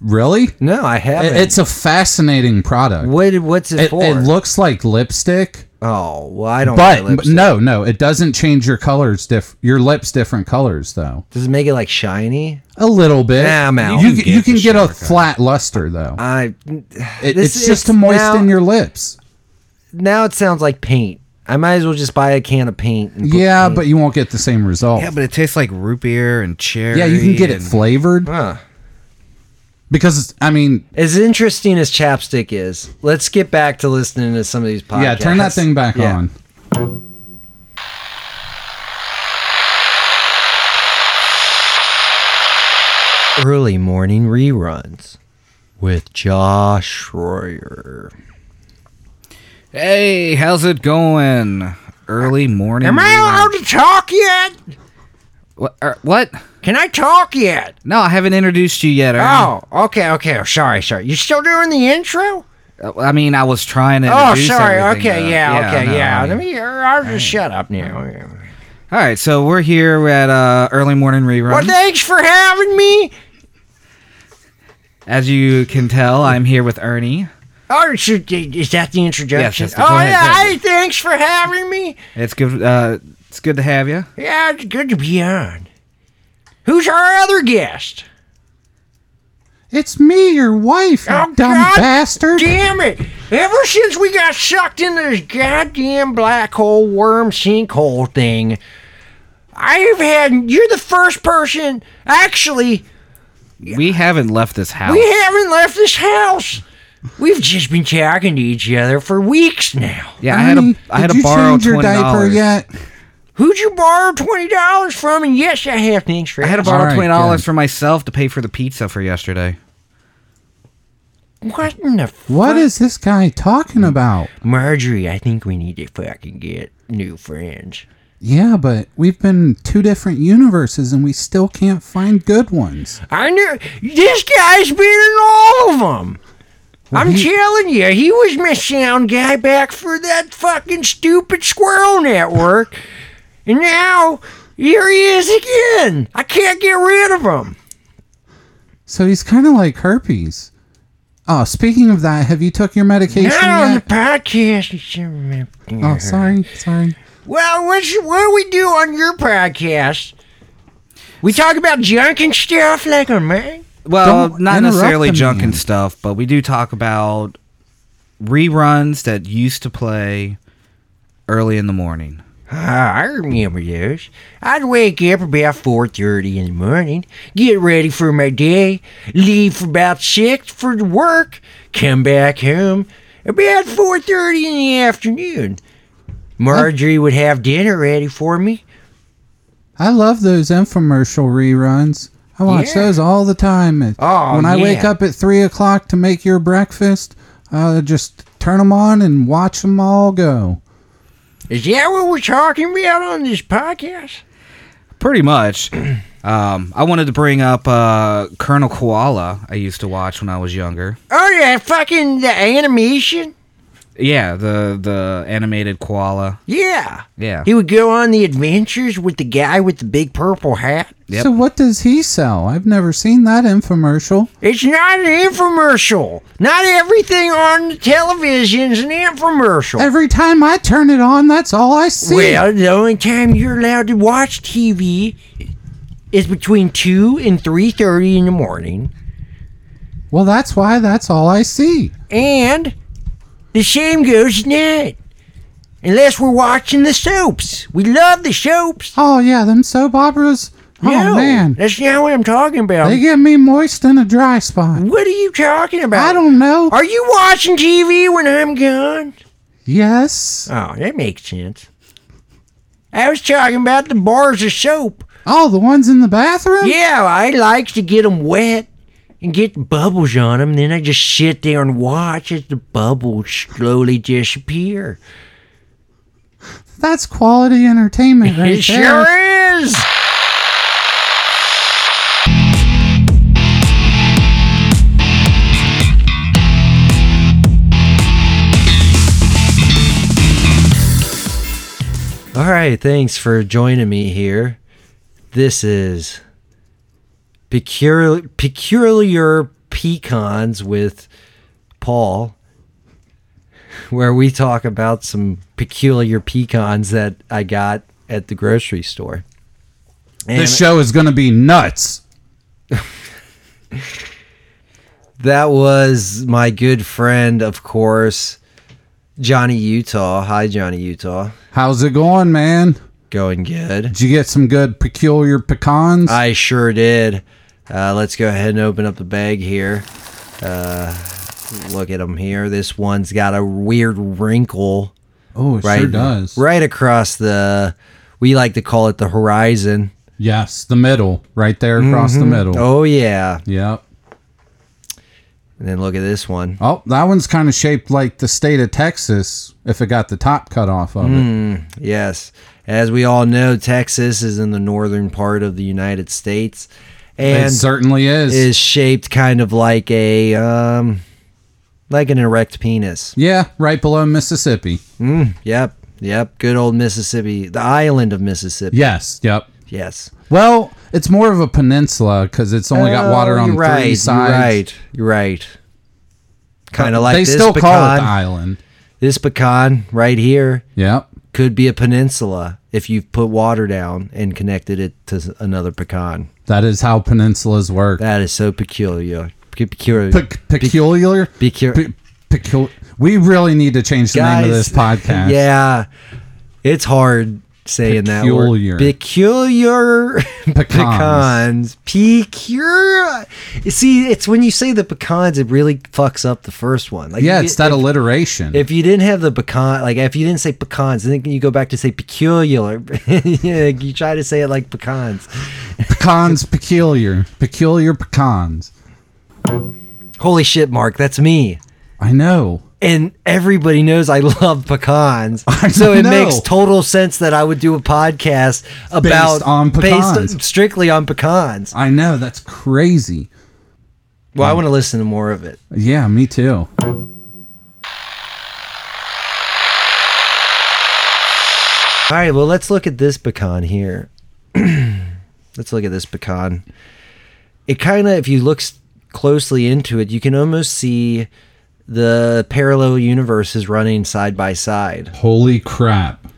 S2: really?
S1: no, I haven't.
S2: It- it's a fascinating product.
S1: what? What's it,
S2: It,
S1: for?
S2: it looks like lipstick,
S1: oh, well, I don't.
S2: but
S1: like lipstick.
S2: no, no, it doesn't change your colors. Diff- your lips different colors though.
S1: does it make it like shiny?
S2: A little bit.
S1: Nah, I'm out.
S2: You,
S1: You
S2: you,
S1: can
S2: can get a flat luster though.
S1: I
S2: It-
S1: Uh, this-
S2: it's just
S1: it's
S2: to moisten
S1: now-
S2: your lips.
S1: now it sounds like paint. I might as well just buy a can of paint. And put
S2: Yeah,
S1: paint-
S2: but you won't get the same result.
S3: Yeah, but it tastes like root beer and cherry.
S2: Yeah, you can get it
S3: and-
S2: flavored
S1: Huh.
S2: because I mean,
S1: As interesting as chapstick is, let's get back to listening to some of these podcasts.
S2: yeah, turn that thing back
S1: Yeah.
S2: on.
S1: Early morning reruns with Josh Schroyer.
S3: Hey, how's it going? Early morning. rerun.
S1: to talk yet?
S3: What? er, what?
S1: Can I talk yet?
S3: No, I haven't introduced you yet.
S1: Oh.
S3: Ernie.
S1: okay, okay. Sorry, sorry. You still doing the intro?
S3: Uh, I mean, I was trying to.
S1: Oh,
S3: introduce
S1: sorry.
S3: everything,
S1: Okay,
S3: though.
S1: yeah, okay,
S3: no,
S1: yeah.
S3: I
S1: Let
S3: mean-
S1: me. uh, I'll just shut up now.
S3: All right, so we're here at uh, early morning rerun.
S1: Well, thanks for having me.
S3: As you can tell, I'm here with Ernie.
S1: Oh, should, is that the introduction?
S3: that's the- go
S1: oh,
S3: ahead,
S1: yeah.
S3: go ahead.
S1: Hey, thanks for having me.
S3: It's good. Uh, it's good to have you.
S1: Yeah, it's good to be on. Who's our other guest?
S2: It's me, your wife, you
S1: Oh,
S2: dumb
S1: God
S2: bastard.
S1: Damn it! Ever since we got sucked into this goddamn black hole worm sinkhole thing, I've had. You're the first person. Actually,
S3: We haven't left this house.
S1: we haven't left this house. We've just been talking to each other for weeks now.
S3: yeah, I had a
S2: Ernie,
S3: I had
S2: did
S3: to
S2: you
S3: borrow
S2: change your
S3: twenty
S2: diaper
S3: dollars.
S2: yet?
S1: Who'd you borrow twenty dollars from? And yes, I have things for
S3: I had to
S1: a
S3: borrow
S2: All right,
S3: twenty dollars
S2: good.
S3: for myself to pay for the pizza for yesterday.
S1: What in the
S2: What is this guy talking about?
S1: Marjorie? I think we need to fucking get new friends.
S2: Yeah, but we've been two different universes and we still can't find good ones.
S1: I knew this guy's been in all of them. I'm telling you, he was my sound guy back for that fucking stupid squirrel network, and now here he is again. I can't get rid of him.
S2: So he's kind of like herpes. Oh, speaking of that, have you took your medication
S1: Not on the
S2: yet?
S1: podcast.
S2: Oh, sorry, sorry.
S1: Well, what's, what do we do on your podcast? We talk about junk and stuff like on mine.
S3: Well,
S2: Don't
S3: not
S2: interrupt
S3: necessarily
S2: the
S3: junk
S2: man.
S3: and stuff, but we do talk about reruns that used to play early in the morning.
S1: Ah, I remember those. I'd wake up about four thirty in the morning, get ready for my day, leave for about six for the work, come back home about four thirty in the afternoon. Marjorie would have dinner ready for me.
S2: I love those infomercial reruns. I watch
S1: Yeah.
S2: those all the time. And
S1: Oh,
S2: when I wake
S1: yeah.
S2: up at three o'clock to make your breakfast, uh, just turn them on and watch them all go.
S1: Is that what we're talking about on this podcast?
S2: [clears throat]
S3: Pretty much. Um, I wanted to bring up uh, Colonel Koala. I used to watch when I was younger.
S1: Oh, that fucking the animation.
S3: Yeah, the the animated koala.
S1: Yeah.
S3: Yeah.
S1: He would go on the adventures with the guy with the big purple hat.
S3: Yep.
S2: So what does he sell? I've never seen that infomercial.
S1: It's not an infomercial. Not everything on the television is an infomercial.
S2: Every time I turn it on, that's all I see.
S1: well, the only time you're allowed to watch TV is between two and three thirty in the morning,
S2: Well, that's why that's all I see.
S1: and the same goes at night. Unless we're watching the soaps, we love the soaps.
S2: Oh yeah, them soap operas. Oh
S1: No, Um,
S2: man,
S1: that's not what I'm talking about.
S2: they get me moist in a dry spot.
S1: what are you talking about?
S2: I don't know.
S1: Are you watching TV when I'm gone?
S2: Yes.
S1: Oh, that makes sense. I was talking about the bars of soap.
S2: Oh, the ones in the bathroom.
S1: Yeah, I like to get 'em wet and get the bubbles on 'em, Then I just sit there and watch as the bubbles slowly disappear.
S2: That's quality
S1: [laughs]
S2: entertainment right
S1: it
S2: there.
S1: sure is. All right, thanks for joining me here. This is peculiar, peculiar pecans with Paul, where we talk about some peculiar pecans that I got at the grocery store. And
S2: This show is gonna be nuts.
S1: that was my good friend, of course, Johnny Utah. Hi, Johnny Utah.
S2: How's it going, man?
S1: Going good.
S2: Did you get some good peculiar pecans?
S1: I sure did. Uh, let's go ahead and open up the bag here. Uh, look at them here. This one's got a weird wrinkle
S2: oh, it
S1: right,
S2: sure does.
S1: right across the. We like to call it the horizon.
S2: Yes, the middle, right there across the middle.
S1: Oh yeah,
S2: Yep.
S1: and then look at this one.
S2: Oh, that one's kind of shaped like the state of Texas if it got the top cut off of
S1: Mm.
S2: it.
S1: Yes, as we all know, Texas is in the northern part of the United States,
S2: It
S1: and
S2: certainly is.
S1: is shaped kind of like a um, like an erect
S2: [laughs]
S1: penis.
S2: Yeah, right below Mississippi.
S1: Mm, yep, yep. Good old Mississippi, the island of Mississippi.
S2: Yes, yep.
S1: Yes.
S2: Well, it's more of a peninsula because it's only got water
S1: Oh,
S2: on
S1: you're right,
S2: three
S1: you're
S2: sides.
S1: Right. You're right. Kind of like
S2: they
S1: this
S2: still
S1: pecan.
S2: call it the island.
S1: this pecan right here
S2: Yep.
S1: could be a peninsula if you've put water down and connected it to s- another pecan.
S2: That is how peninsulas work.
S1: That is so peculiar. Pe- Peculiar.
S2: Pe- peculiar.
S1: Peculiar.
S2: Pe- pecul- we really need to change the name of
S1: [laughs]
S2: this podcast.
S1: Yeah. It's hard saying
S2: Peculiar.
S1: that word. Peculiar.
S2: [laughs] Pecans.
S1: Pecans. Peculiar. See, it's when you say the pecans, it really fucks up the first one. Like
S2: Yeah,
S1: you-
S2: it's that alliteration.
S1: If you didn't have the pecan, like if you didn't say pecans, then you go back to say peculiar. [laughs] Yeah, you try to say it like pecans.
S2: pecans peculiar. Peculiar pecans.
S1: Holy shit, Mark, that's me.
S2: I know.
S1: And everybody knows I [laughs] love pecans, so it
S2: know.
S1: makes total sense that I would do a podcast about
S2: on
S1: based
S2: pecans.
S1: strictly on pecans.
S2: I know that's crazy. Mm.
S1: Well, I want to listen to more of it.
S2: Yeah, me too.
S1: All right, well, let's look at this pecan here. [clears throat] let's look at this pecan. It kind of, if you look s- closely into it, you can almost see the parallel universes running side by side.
S2: Holy crap.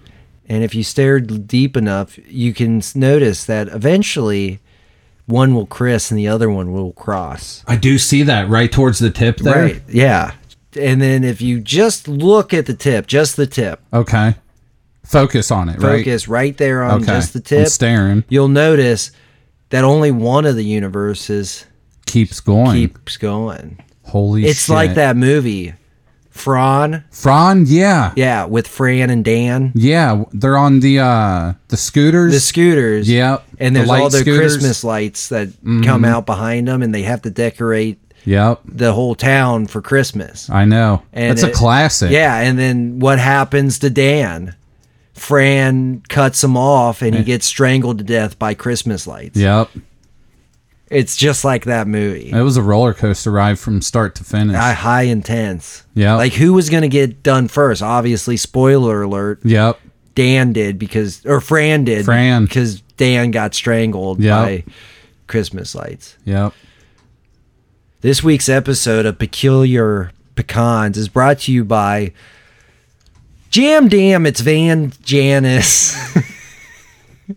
S1: And if you stare deep enough, you can s- notice that eventually one will criss and the other one will cross.
S2: I do see that right towards the tip there.
S1: Right. Yeah. And then if you just look at the tip, just the tip,
S2: Okay. Focus on it, right?
S1: focus right there on
S2: Okay.
S1: just the
S2: I'm
S1: tip,
S2: staring.
S1: you'll notice that only one of the universes
S2: Keeps going.
S1: keeps going.
S2: Holy shit.
S1: It's like that movie, Fran.
S2: Fran, yeah. yeah.
S1: Yeah, with Fran and Dan,
S2: They're on the uh the scooters.
S1: the scooters.
S2: Yep,
S1: and
S2: the
S1: there's
S2: light
S1: all the
S2: scooters. Mm-hmm.
S1: Christmas lights that come out behind them, and they have to decorate
S2: yep.
S1: the whole town for Christmas.
S2: I know.
S1: And
S2: That's a
S1: it-
S2: classic.
S1: Yeah, and then what happens to Dan? Fran cuts him off, and he gets strangled to death by Christmas lights.
S2: Yep.
S1: It's just like that movie.
S2: It was a roller coaster ride from start to finish.
S1: High, high intense.
S2: Yeah.
S1: Like who was going to get done first? Obviously, spoiler alert.
S2: yep.
S1: Dan did because, or Fran did.
S2: Fran.
S1: because Dan got strangled
S2: Yeah.
S1: by Christmas lights.
S2: Yep.
S1: This week's episode of Peculiar Pecans is brought to you by Jam Dam. It's Van Janice. [laughs]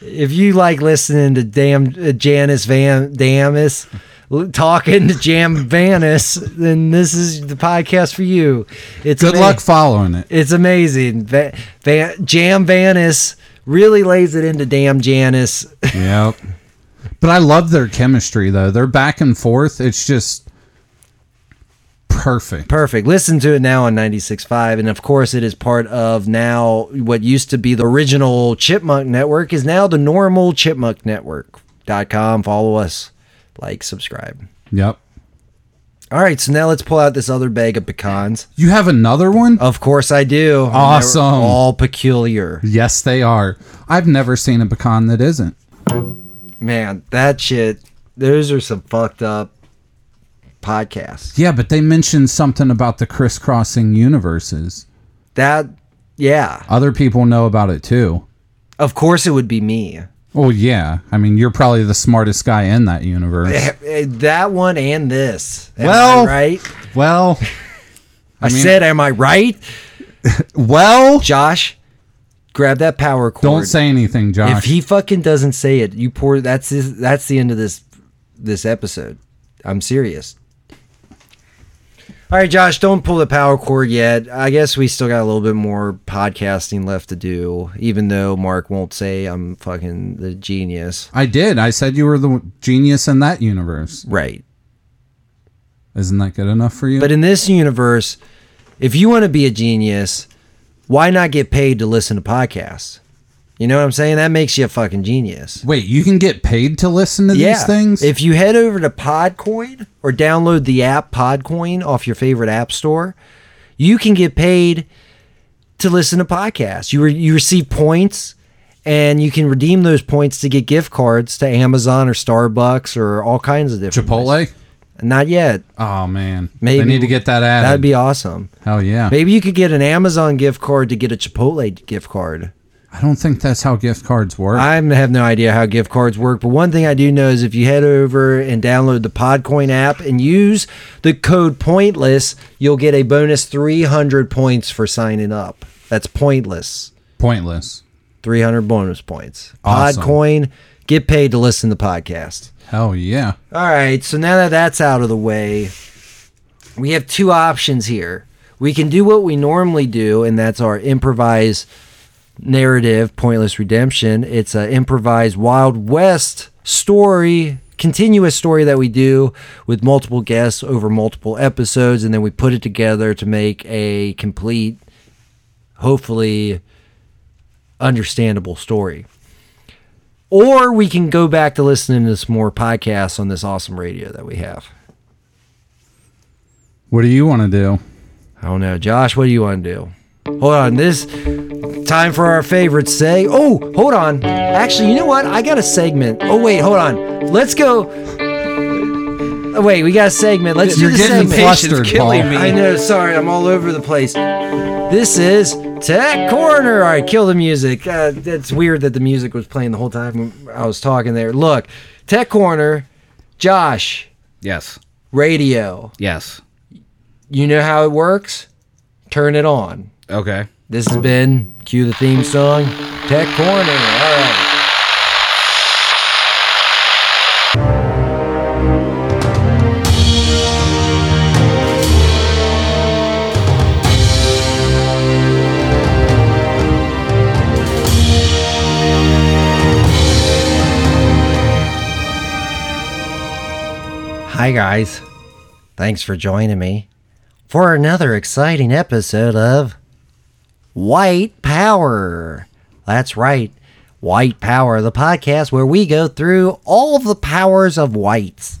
S1: if you like listening to Dam uh, Janice Van Damus l- talking to Jam Vanis, then this is the podcast for you. It's
S2: Good
S1: ama-
S2: luck following it.
S1: It's amazing. Va- Van- Jam Vanis really lays it into Damn Janice.
S2: [laughs] Yep. But I love their chemistry though. They're back and forth. It's just perfect.
S1: Perfect. Listen to it now on 96.5. And of course, it is part of now what used to be the original Chipmunk Network is now the normal Chipmunk Network.com. Follow us, like, subscribe.
S2: Yep.
S1: All right, so now let's pull out this other bag of pecans.
S2: You have another one?
S1: Of course, I do. And they're
S2: Awesome.
S1: All peculiar.
S2: Yes, they are. I've never seen a pecan that isn't.
S1: Man, that shit, those are some fucked up podcasts.
S2: Yeah, but they mentioned something about the crisscrossing universes.
S1: That, yeah.
S2: Other people know about it too.
S1: Of course, it would be me.
S2: Well, yeah. I mean, you're probably the smartest guy in that universe.
S1: Eh, That one and this. Am I
S2: Well,
S1: right?
S2: [laughs] well,
S1: I,
S2: mean-
S1: said, am I right?
S2: well.
S1: Josh, grab that power cord.
S2: Don't say anything,
S1: If
S2: Josh.
S1: he fucking doesn't say it, you pour. That's his, that's the end of this this episode. I'm serious. All right, Josh, don't pull the power cord yet. I guess we still got a little bit more podcasting left to do, even though Mark won't say I'm fucking the genius.
S2: I did. I said you were the genius in that universe.
S1: Right.
S2: Isn't that good enough for you?
S1: But in this universe, if you want to be a genius, why not get paid to listen to podcasts? You know what I'm saying? That makes you a fucking genius.
S2: Wait, you can get paid to listen to these things?
S1: If you head over to Podcoin or download the app Podcoin off your favorite app store, you can get paid to listen to podcasts. You re- you receive points and you can redeem those points to get gift cards to Amazon or Starbucks or all kinds of different places.
S2: Chipotle?
S1: Not yet.
S2: Oh man,
S1: Maybe
S2: they need to get that added.
S1: That'd be awesome.
S2: Hell yeah.
S1: Maybe you could get an Amazon gift card to get a Chipotle gift card.
S2: I don't think that's how gift cards work.
S1: I have no idea how gift cards work, but one thing I do know is if you head over and download the Podcoin app and use the code POINTLESS, you'll get a bonus 300 points for signing up. That's pointless.
S2: Pointless.
S1: 300 bonus points.
S2: Awesome.
S1: Podcoin, get paid to listen to podcasts.
S2: Hell yeah.
S1: All right, so now that that's out of the way, we have two options here. We can do what we normally do, and that's our improvised narrative, Pointless Redemption. It's an improvised Wild West story, continuous story that we do with multiple guests over multiple episodes, and then we put it together to make a complete, hopefully understandable story or we can go back to listening to some more podcasts on this awesome radio that we have.
S2: What do you want to do?
S1: I don't know. Josh, what do you want to do? Hold on. This time for our favorite say. Oh, hold on. Actually, you know what? I got a segment. Oh, wait, hold on. Let's go. Oh, wait, we got a segment. Let's
S2: You're
S1: do the
S2: getting
S1: segment.
S2: flustered,
S3: killing
S2: Paul.
S3: me.
S1: I know. Sorry, I'm all over the place. This is Tech Corner. All right, kill the music. Uh, it's weird that the music was playing the whole time I was talking there. Look, Tech Corner, Josh,
S3: Yes.
S1: radio.
S3: Yes.
S1: You know how it works? Turn it on.
S3: Okay.
S1: This has been cue the theme song, Tech Corner. All right. Hi guys. Thanks for joining me for another exciting episode of White Power. That's right. White Power, the podcast where we go through all of the powers of whites.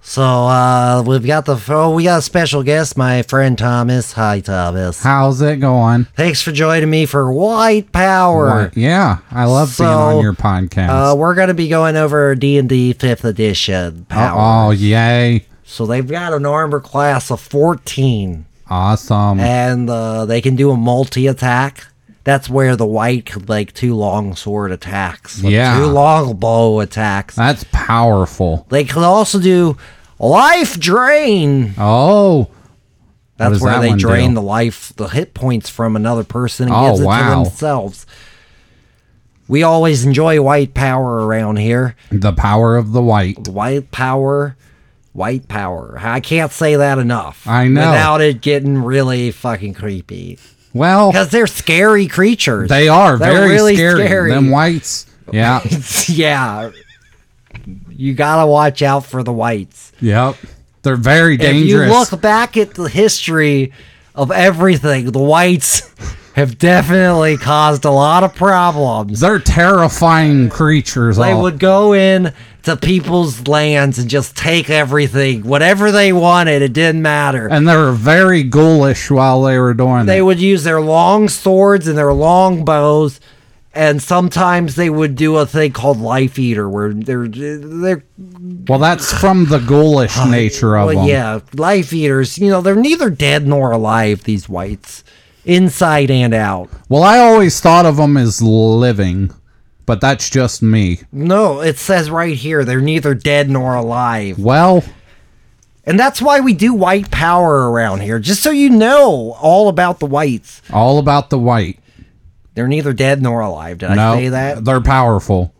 S1: So uh, we've got the oh, we got a special guest, my friend Thomas. Hi, Thomas.
S2: How's it going?
S1: Thanks for joining me for White Power.
S2: Yeah, I love being
S1: So,
S2: on your podcast.
S1: Uh, we're going to be going over D and D Fifth Edition power.
S2: oh, yay!
S1: So they've got an armor class of fourteen.
S2: Awesome.
S1: and uh, they can do a multi attack. That's where the white could like two long sword attacks, like,
S2: Yeah.
S1: two long bow attacks.
S2: That's powerful.
S1: They could also do life drain.
S2: Oh,
S1: That's
S2: does
S1: where
S2: that
S1: they
S2: one
S1: drain
S2: do?
S1: the life, the hit points from another person and
S2: Oh,
S1: gives it
S2: wow.
S1: to themselves. We always enjoy white power around here.
S2: the power of the white.
S1: White power, white power. I can't say that enough.
S2: I know.
S1: Without it getting really fucking creepy.
S2: Well,
S1: Because they're scary creatures.
S2: they are
S1: They're
S2: very
S1: really
S2: scary.
S1: scary.
S2: Them whites.
S1: [laughs]
S2: Yeah. [laughs]
S1: yeah. You gotta watch out for the whites.
S2: yep. They're very dangerous.
S1: If you look back at the history of everything, the whites [laughs] have definitely caused a lot of problems.
S2: They're terrifying creatures.
S1: They
S2: all-
S1: would go in to people's lands and just take everything, whatever they wanted, it didn't matter.
S2: and they were very ghoulish while they were doing
S1: they
S2: it.
S1: would use their long swords and their long bows and sometimes they would do a thing called life eater where they're they're
S2: Well, that's from the ghoulish nature of
S1: [sighs] well,
S2: them.
S1: yeah, life eaters. You know, they're neither dead nor alive. These whites, inside and out.
S2: Well, I always thought of them as living, but that's just me.
S1: No, it says right here they're neither dead nor alive,
S2: Well,
S1: and that's why we do white power around here. Just so you know all about the whites.
S2: all about the white.
S1: They're neither dead nor alive. Did
S2: no,
S1: I say that?
S2: they're powerful.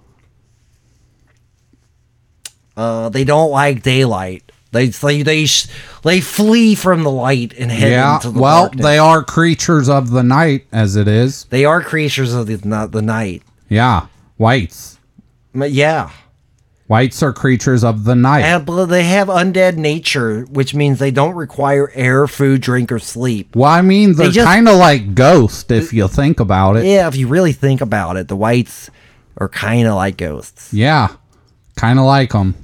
S1: Uh, they don't like daylight. They they they, sh- they flee from the light and head
S2: Yeah.
S1: into the
S2: Well,
S1: darkness.
S2: they are creatures of the night, as it is.
S1: They are creatures of the not the night.
S2: Yeah, whites.
S1: But yeah.
S2: Whites are creatures of the night.
S1: And bl- they have undead nature, which means they don't require air, food, drink, or sleep.
S2: well, I mean, they're
S1: just-
S2: kind of like ghosts if you think about it.
S1: Yeah, if you really think about it, the whites are kind of like ghosts.
S2: Yeah, kind of like them.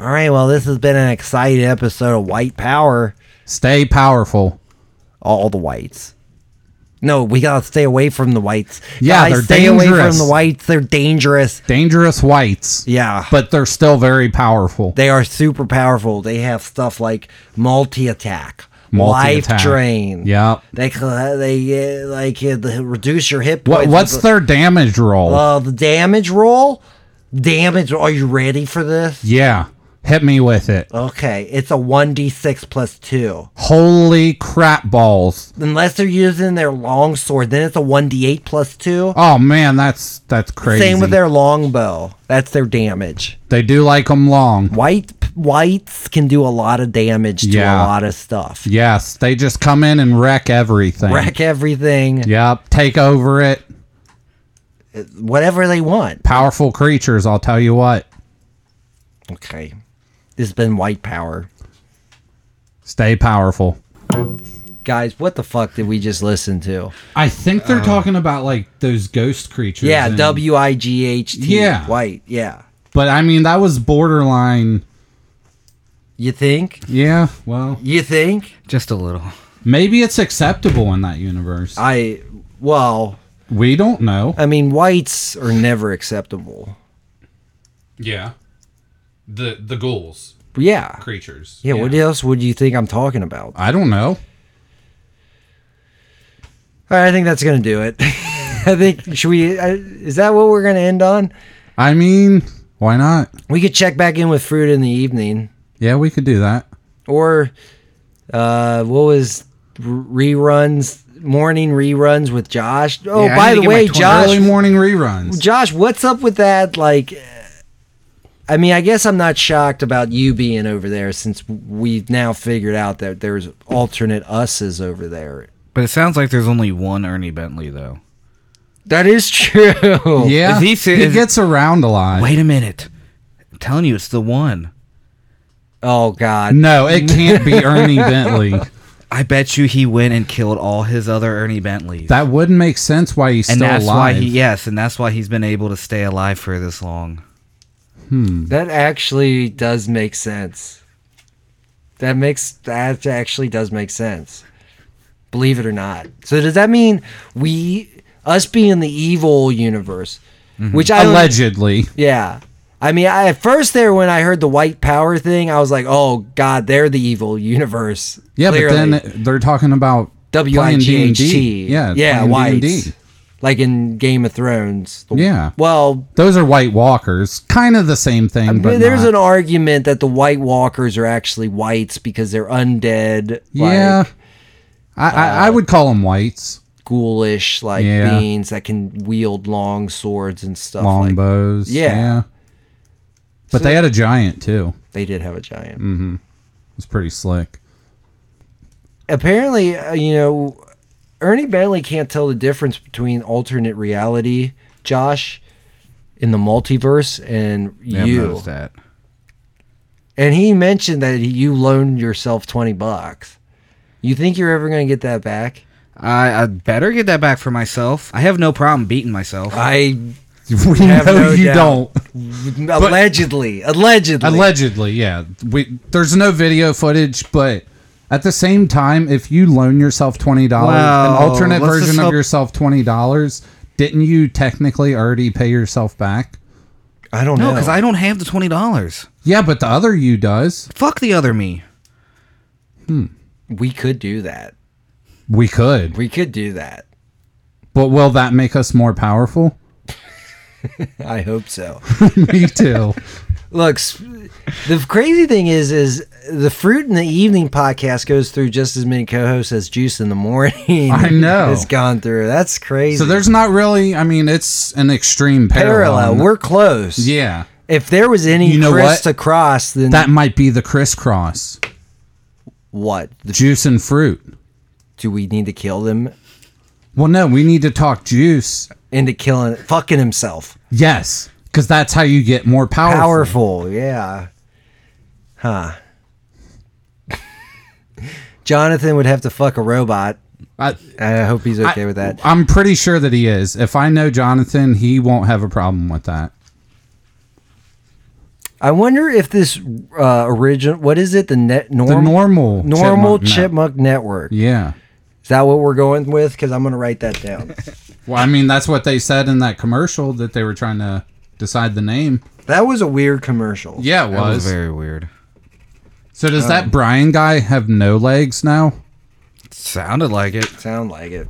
S1: All right, well, this has been an exciting episode of White Power.
S2: Stay powerful.
S1: All the whites. No, we gotta stay away from the whites.
S2: Yeah,
S1: Guys,
S2: they're
S1: stay away from
S2: dangerous.
S1: the whites. They're dangerous.
S2: Dangerous whites.
S1: Yeah,
S2: But they're still very powerful.
S1: they are super powerful. They have stuff like multi attack, life
S2: Multi-attack.
S1: drain.
S2: Yep.
S1: They cl- they uh, like uh, the, reduce your hit
S2: What,
S1: points.
S2: what's their damage roll?
S1: Uh, the damage roll. Damage. Are you ready for this?
S2: yeah. Hit me with it.
S1: Okay, it's a one d six plus two.
S2: Holy crap balls.
S1: Unless they're using their long sword, then it's a one d eight plus two.
S2: Oh man, that's that's crazy.
S1: Same with their longbow. That's their damage.
S2: They do like them long.
S1: White whites can do a lot of damage to a
S2: Yeah.
S1: lot of stuff.
S2: Yes, they just come in and wreck everything.
S1: Wreck everything,
S2: Yep, take over it.
S1: whatever they want.
S2: Powerful creatures, I'll tell you what.
S1: Okay, this has been white power,
S2: Stay powerful.
S1: guys. What the fuck did we just listen to?
S2: I think they're talking about like those ghost creatures.
S1: Yeah, W I G H T.
S2: Yeah.
S1: white. Yeah.
S2: But I mean, that was borderline
S1: You think?
S2: Yeah, well,
S1: You think?
S3: Just a little.
S2: maybe it's acceptable in that universe.
S1: I well,
S2: we don't know.
S1: I mean, whites are never acceptable.
S4: Yeah. The the ghouls
S1: But yeah.
S4: creatures.
S1: yeah. What else would you think I'm talking about? All
S2: I don't know.
S1: right, I think that's gonna do it. [laughs] I think should we? I, is that what we're gonna end on?
S2: I mean, why not?
S1: We could check back in with fruit in the evening,
S2: Yeah, we could do that.
S1: or uh, what was r- reruns? Morning reruns with Josh. Oh,
S3: Yeah, I
S1: by
S3: need
S1: the
S3: to get my
S1: way,
S3: 20
S1: Josh,
S2: Early morning reruns.
S1: Josh, what's up with that? Like, I mean, I guess I'm not shocked about you being over there since we've now figured out that there's alternate us's over there.
S3: But it sounds like there's only one Ernie Bentley though.
S1: That is [laughs] true.
S2: Yeah,
S3: Is he
S2: he,
S3: se- is-
S2: gets around a lot.
S3: Wait a minute. I'm telling you, it's the one.
S1: Oh God.
S2: No, it can't be Ernie Bentley.
S3: I bet you he went and killed all his other Ernie Bentleys.
S2: That wouldn't make sense why he's
S3: and
S2: still
S3: that's
S2: alive.
S3: why he yes, and that's why he's been able to stay alive for this long.
S1: That actually does make sense. That makes that actually does make sense. Believe it or not. So does that mean we us being the evil universe,
S2: Mm-hmm.
S1: which I don't-
S2: Allegedly.
S1: Yeah. I mean, I, at first there, when I heard the white power thing, I was like, "Oh God, they're the evil universe."
S2: Yeah,
S1: Clearly.
S2: but then they're talking about playing
S1: W I G H T.
S2: D&D. Yeah,
S1: yeah,
S2: playing
S1: whites,
S2: D&D.
S1: like in Game of Thrones. The-
S2: Yeah.
S1: Well,
S2: Those are White Walkers. Kind of the same thing, but
S1: there's
S2: not.
S1: an argument that the White Walkers are actually whites because they're undead,
S2: yeah.
S1: like
S2: I, I, I would call them whites,
S1: ghoulish, like
S2: Yeah.
S1: beings that can wield long swords and stuff. like
S2: longbows.
S1: yeah.
S2: yeah. But
S1: So-
S2: they had a giant too. Mm-hmm.
S1: they did have a giant.
S2: It was pretty slick.
S1: apparently, uh, you know, Ernie Bentley can't tell the difference between alternate reality, Josh, in the multiverse, and
S3: Yeah, I've
S1: you.
S3: noticed that.
S1: And he mentioned that you loaned yourself twenty bucks. You think you're ever going to get that back?
S3: I, I better get that back for myself. I have no problem beating myself.
S1: I
S2: [laughs] we
S1: have
S2: know
S1: no
S2: you
S1: doubt.
S2: don't.
S1: allegedly, allegedly,
S2: Allegedly, yeah. We there's no video footage, but at the same time, if you loan yourself twenty dollars,
S3: Well,
S2: an alternate
S3: let's
S2: version
S3: just
S2: of
S3: hope-
S2: yourself twenty dollars, didn't you technically already pay yourself back?
S1: I don't
S3: no,
S1: know
S3: because I don't have the twenty dollars.
S2: Yeah, but the other you does.
S3: Fuck the other me.
S1: we could do that.
S2: We could,
S1: We could do that.
S2: but will that make us more powerful? [laughs]
S1: I hope so.
S2: Me too.
S1: Look, s- the crazy thing is, is the fruit in the evening podcast goes through just as many co-hosts as juice in the morning. [laughs]
S2: I know.
S1: it's gone through. That's crazy.
S2: so there's not really. I mean, it's an extreme parallel.
S1: parallel. We're close.
S2: yeah,
S1: If there was any
S2: You know
S1: Chris
S2: what?
S1: to cross, then
S2: that might be the crisscross,
S1: what
S2: juice and fruit.
S1: do we need to kill them
S2: Well, no, we need to talk juice
S1: into killing fucking himself?
S2: Yes, because that's how you get more powerful.
S1: Powerful, yeah. Huh. Jonathan would have to fuck a robot.
S2: I,
S1: I hope he's okay
S2: I-
S1: with that.
S2: I'm pretty sure that he is. If I know Jonathan, he won't have a problem with that.
S1: I wonder if this uh, original, what is it? The net normal,
S2: The normal
S1: normal chipmunk,
S2: no.
S1: network.
S2: Yeah.
S1: Is that what we're going with? Because I'm going to write that
S2: [laughs]
S1: down.
S2: Well, I mean, that's what they said in that commercial that they were trying to decide the name.
S1: that was a weird commercial.
S2: Yeah, it
S3: That was
S2: was.
S3: very weird.
S2: so does that Brian guy have no legs now?
S3: Sounded like it.
S1: sound like it.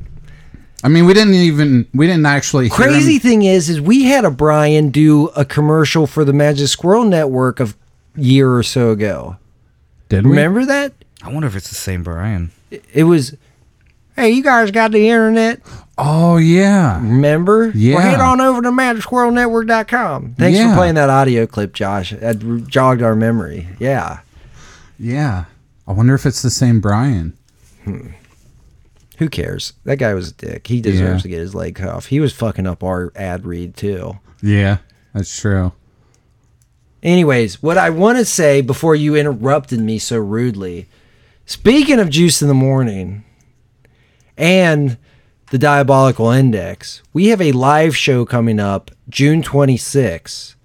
S2: I mean, we didn't even we didn't actually hear him-
S1: Crazy thing is, is we had a Brian do a commercial for the Magic Squirrel Network a year or so ago.
S2: Did we?
S1: Remember that?
S3: I wonder if it's the same Brian.
S1: It was, hey, you guys got the internet.
S2: Oh yeah.
S1: Remember? Well,
S2: Yeah.
S1: head on over to magicsquirrelnetwork.com. Thanks for
S2: Yeah.
S1: playing that audio clip, Josh. That jogged our memory. Yeah.
S2: Yeah. I wonder if it's the same Brian.
S1: Who cares? That guy was a dick. He deserves
S2: Yeah.
S1: to get his leg cut off. He was fucking up our ad read too.
S2: Yeah, that's true.
S1: Anyways, what I want to say before you interrupted me so rudely. Speaking of juice in the morning and the diabolical index, we have a live show coming up June 26th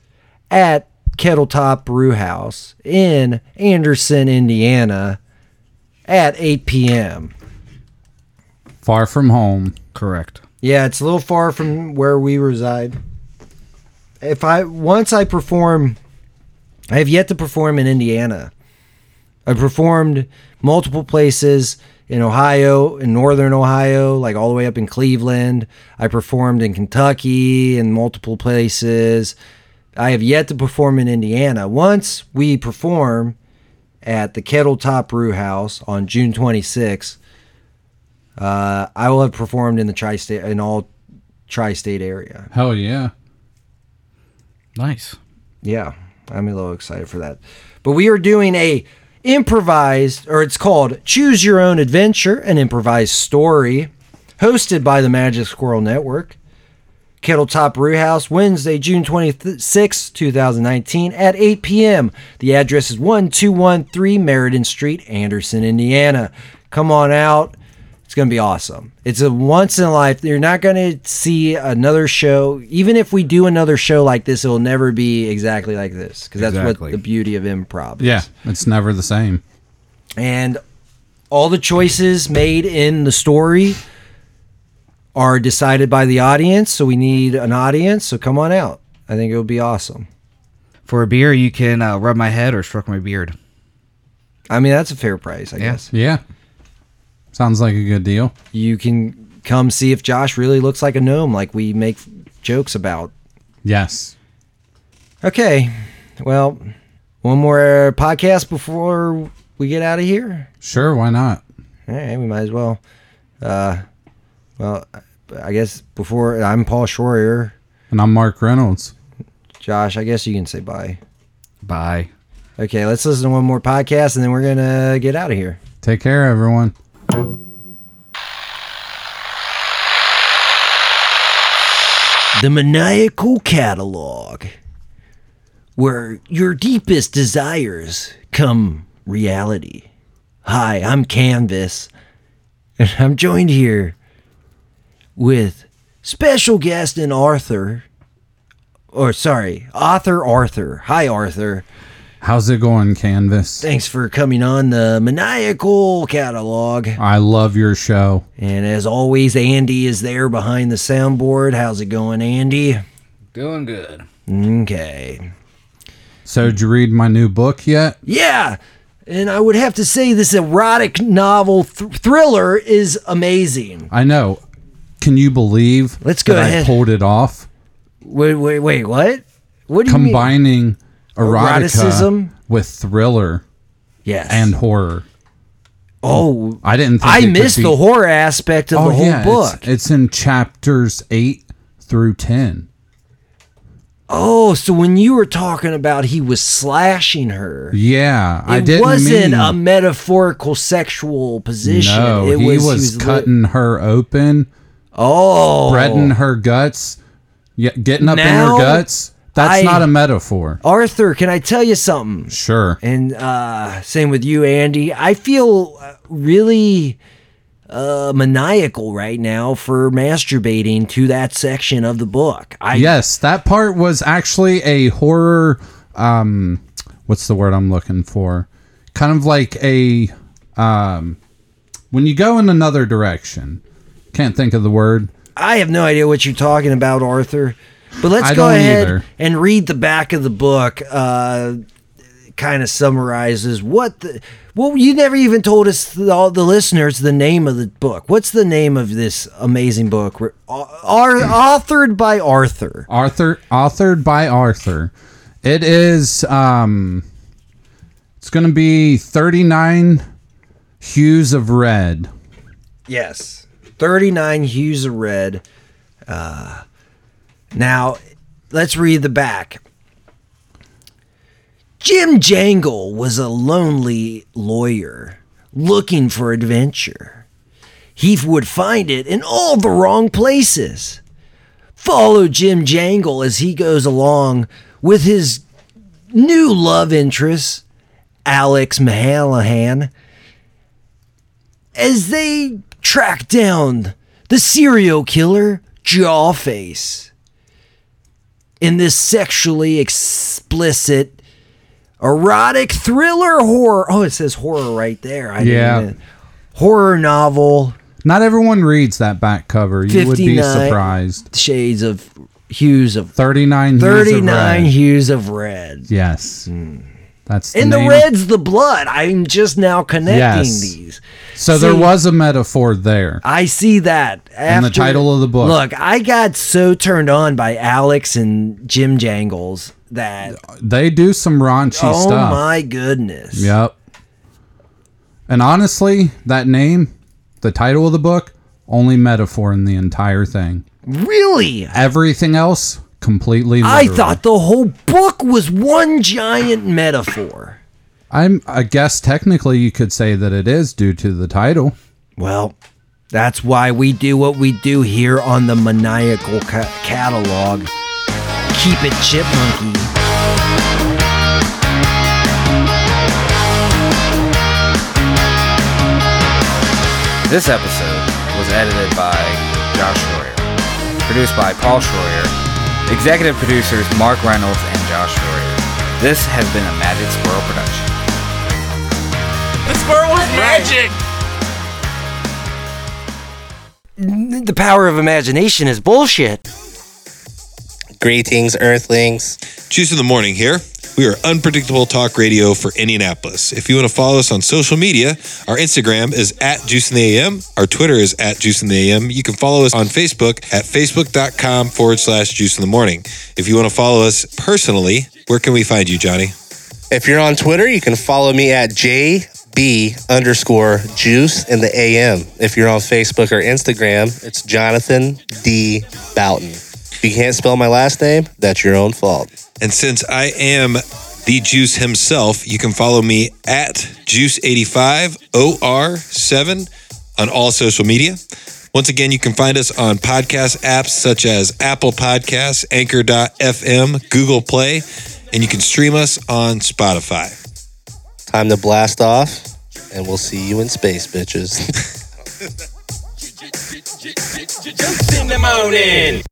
S1: at Kettle Top Brew House in Anderson, Indiana at 8 p.m.
S2: Far from home.
S3: Correct.
S1: Yeah, it's a little far from where we reside. If I once I perform, I have yet to perform in Indiana. I performed multiple places in Ohio, in northern Ohio, like all the way up in Cleveland. I performed in Kentucky in multiple places. I have yet to perform in Indiana. Once we perform at the Kettle Top Brew House on June 26th, uh, I will have performed in the tri-state in all tri-state area.
S2: Hell yeah.
S3: Nice.
S1: Yeah, I'm a little excited for that. But we are doing a improvised, or it's called "Choose Your Own Adventure: An Improvised Story," hosted by the Magic Squirrel Network. Kettle Top Brew House, Wednesday, June 26, 2019, at 8 p.m. The address is 1213 Meriden Street, Anderson, Indiana. Come on out. It's going to be awesome. It's a once in a life. You're not going to see another show. Even if we do another show like this, it'll never be exactly like this because that's what
S3: Exactly.
S1: the beauty of improv is.
S2: Yeah. It's never the same.
S1: And all the choices made in the story are decided by the audience. So we need an audience. So come on out. I think it would be awesome.
S3: For a beer, you can uh, rub my head or stroke my beard.
S1: I mean, that's a fair price, I
S3: Yeah.
S1: guess.
S2: Yeah. Sounds like a good deal.
S1: You can come see if Josh really looks like a gnome, like we make jokes about.
S2: Yes.
S1: Okay. Well, one more podcast before we get out of here.
S2: Sure. Why not?
S1: All right, we might as well. Uh, well, I guess before I'm Paul Schroyer.
S2: And I'm Mark Reynolds.
S1: Josh, I guess you can say bye.
S3: Bye.
S1: Okay, let's listen to one more podcast and then we're going to get out of here.
S2: Take care, everyone.
S1: The Maniacal Catalog, where your deepest desires come reality. Hi, I'm Canvas, and I'm joined here with special guest and Arthur, or sorry, author Arthur. Hi, Arthur.
S2: How's it going, Canvas?
S1: Thanks for coming on the Maniacal Catalog.
S2: I love your show.
S1: And as always, Andy is there behind the soundboard. How's it going, Andy?
S3: Doing good.
S1: Okay.
S2: So, did you read my new book yet?
S1: Yeah. And I would have to say this erotic novel th- thriller is amazing.
S2: I know. Can you believe
S1: Let's go
S2: that I
S1: ahead.
S2: pulled it off?
S1: Wait, wait, wait. What? What do you mean?
S2: Combining erotica
S1: Eroticism?
S2: with thriller
S1: Yes.
S2: and horror.
S1: oh,
S2: I didn't think it
S1: I
S2: could
S1: missed
S2: be- Oh,
S1: the horror aspect of the whole
S2: it's-
S1: book.
S2: It's, in chapters 8 through 10.
S1: oh, so when you were talking about he was slashing her, it
S2: Yeah, I didn't
S1: wasn't
S2: mean
S1: a metaphorical sexual position.
S2: No,
S1: it
S2: he, was
S1: was, li-
S2: cutting her open,
S1: oh,
S2: breading her guts, yeah, getting up
S1: Now,
S2: in her guts. That's
S1: I-
S2: not a metaphor.
S1: Arthur, can I tell you something?
S2: Sure.
S1: And uh, same with you, Andy. I feel uh, really uh, maniacal right now for masturbating to that section of the book. I
S2: Yes, that part was actually a horror. Um, what's the word I'm looking for? Kind of like a um, when you go in another direction. Can't think of the word.
S1: I have no idea what you're talking about, Arthur. But let's
S2: I
S1: go
S2: don't
S1: ahead
S2: either.
S1: and read the back of the book. Uh, kind of summarizes what the. Well, you never even told us the, all the listeners the name of the book. What's the name of this amazing book? Re- au- Ar- authored by Arthur.
S2: Arthur, authored by Arthur. It is. Um, it's going to be 39 hues of red.
S1: Yes. 39 hues of red. Uh, now, let's read the back. Jim Jangle was a lonely lawyer looking for adventure. He would find it in all the wrong places. Follow Jim Jangle as he goes along with his new love interest, Alex Mahalahan as they track down the serial killer Jawface. in this sexually explicit erotic thriller horror. Oh, it says horror right there. I didn't
S2: Yeah.
S1: even- Horror novel,
S2: Not everyone reads that back cover. You would be
S1: 59.
S2: surprised.
S1: shades of hues of
S2: 39 years of
S1: 39
S2: red.
S1: hues of red.
S2: Yes. That's the
S1: And Hmm. the
S2: name.
S1: red's the blood. I'm just now connecting
S2: Yes.
S1: these.
S2: So there
S1: See-
S2: was a metaphor there.
S1: I see that.
S2: In the
S1: After-
S2: title of the book.
S1: Look, I got so turned on by Alex and Jim Jangles that
S2: They do some raunchy
S1: oh
S2: stuff.
S1: my goodness.
S2: Yep. And honestly, that name, the title of the book, only metaphor in the entire thing.
S1: Really?
S2: Everything else, completely.
S1: I
S2: literal.
S1: thought the whole book was one giant metaphor.
S2: I'm. I guess technically, you could say that it is due to the title.
S1: Well, that's why we do what we do here on the Maniacal ca- Catalog. Keep it chipmunky.
S5: This episode was edited by Josh Schroyer, produced by Paul Schroyer, executive producers Mark Reynolds and Josh Schroyer. This has been a Magic Squirrel production.
S6: The squirrel was magic.
S1: The power of imagination is bullshit.
S7: Greetings, Earthlings.
S8: Juice in the Morning here. We are Unpredictable Talk Radio for Indianapolis. If you want to follow us on social media, our Instagram is at Juice in the AM. Our Twitter is at Juice in the AM. You can follow us on Facebook at facebook.com forward slash Juice in the Morning. If you want to follow us personally, where can we find you, Johnny?
S7: If you're on Twitter, you can follow me at JB underscore juice in the AM. If you're on Facebook or Instagram, it's Jonathan D. Boughton. If you can't spell my last name, that's your own fault.
S8: And since I am the Juice himself, you can follow me at Juice85OR7 on all social media. Once again, you can find us on podcast apps such as Apple Podcasts, Anchor.fm, Google Play, and you can stream us on Spotify.
S7: Time to blast off, and we'll see you in space, [laughs] bitches.
S6: Juice in the morning.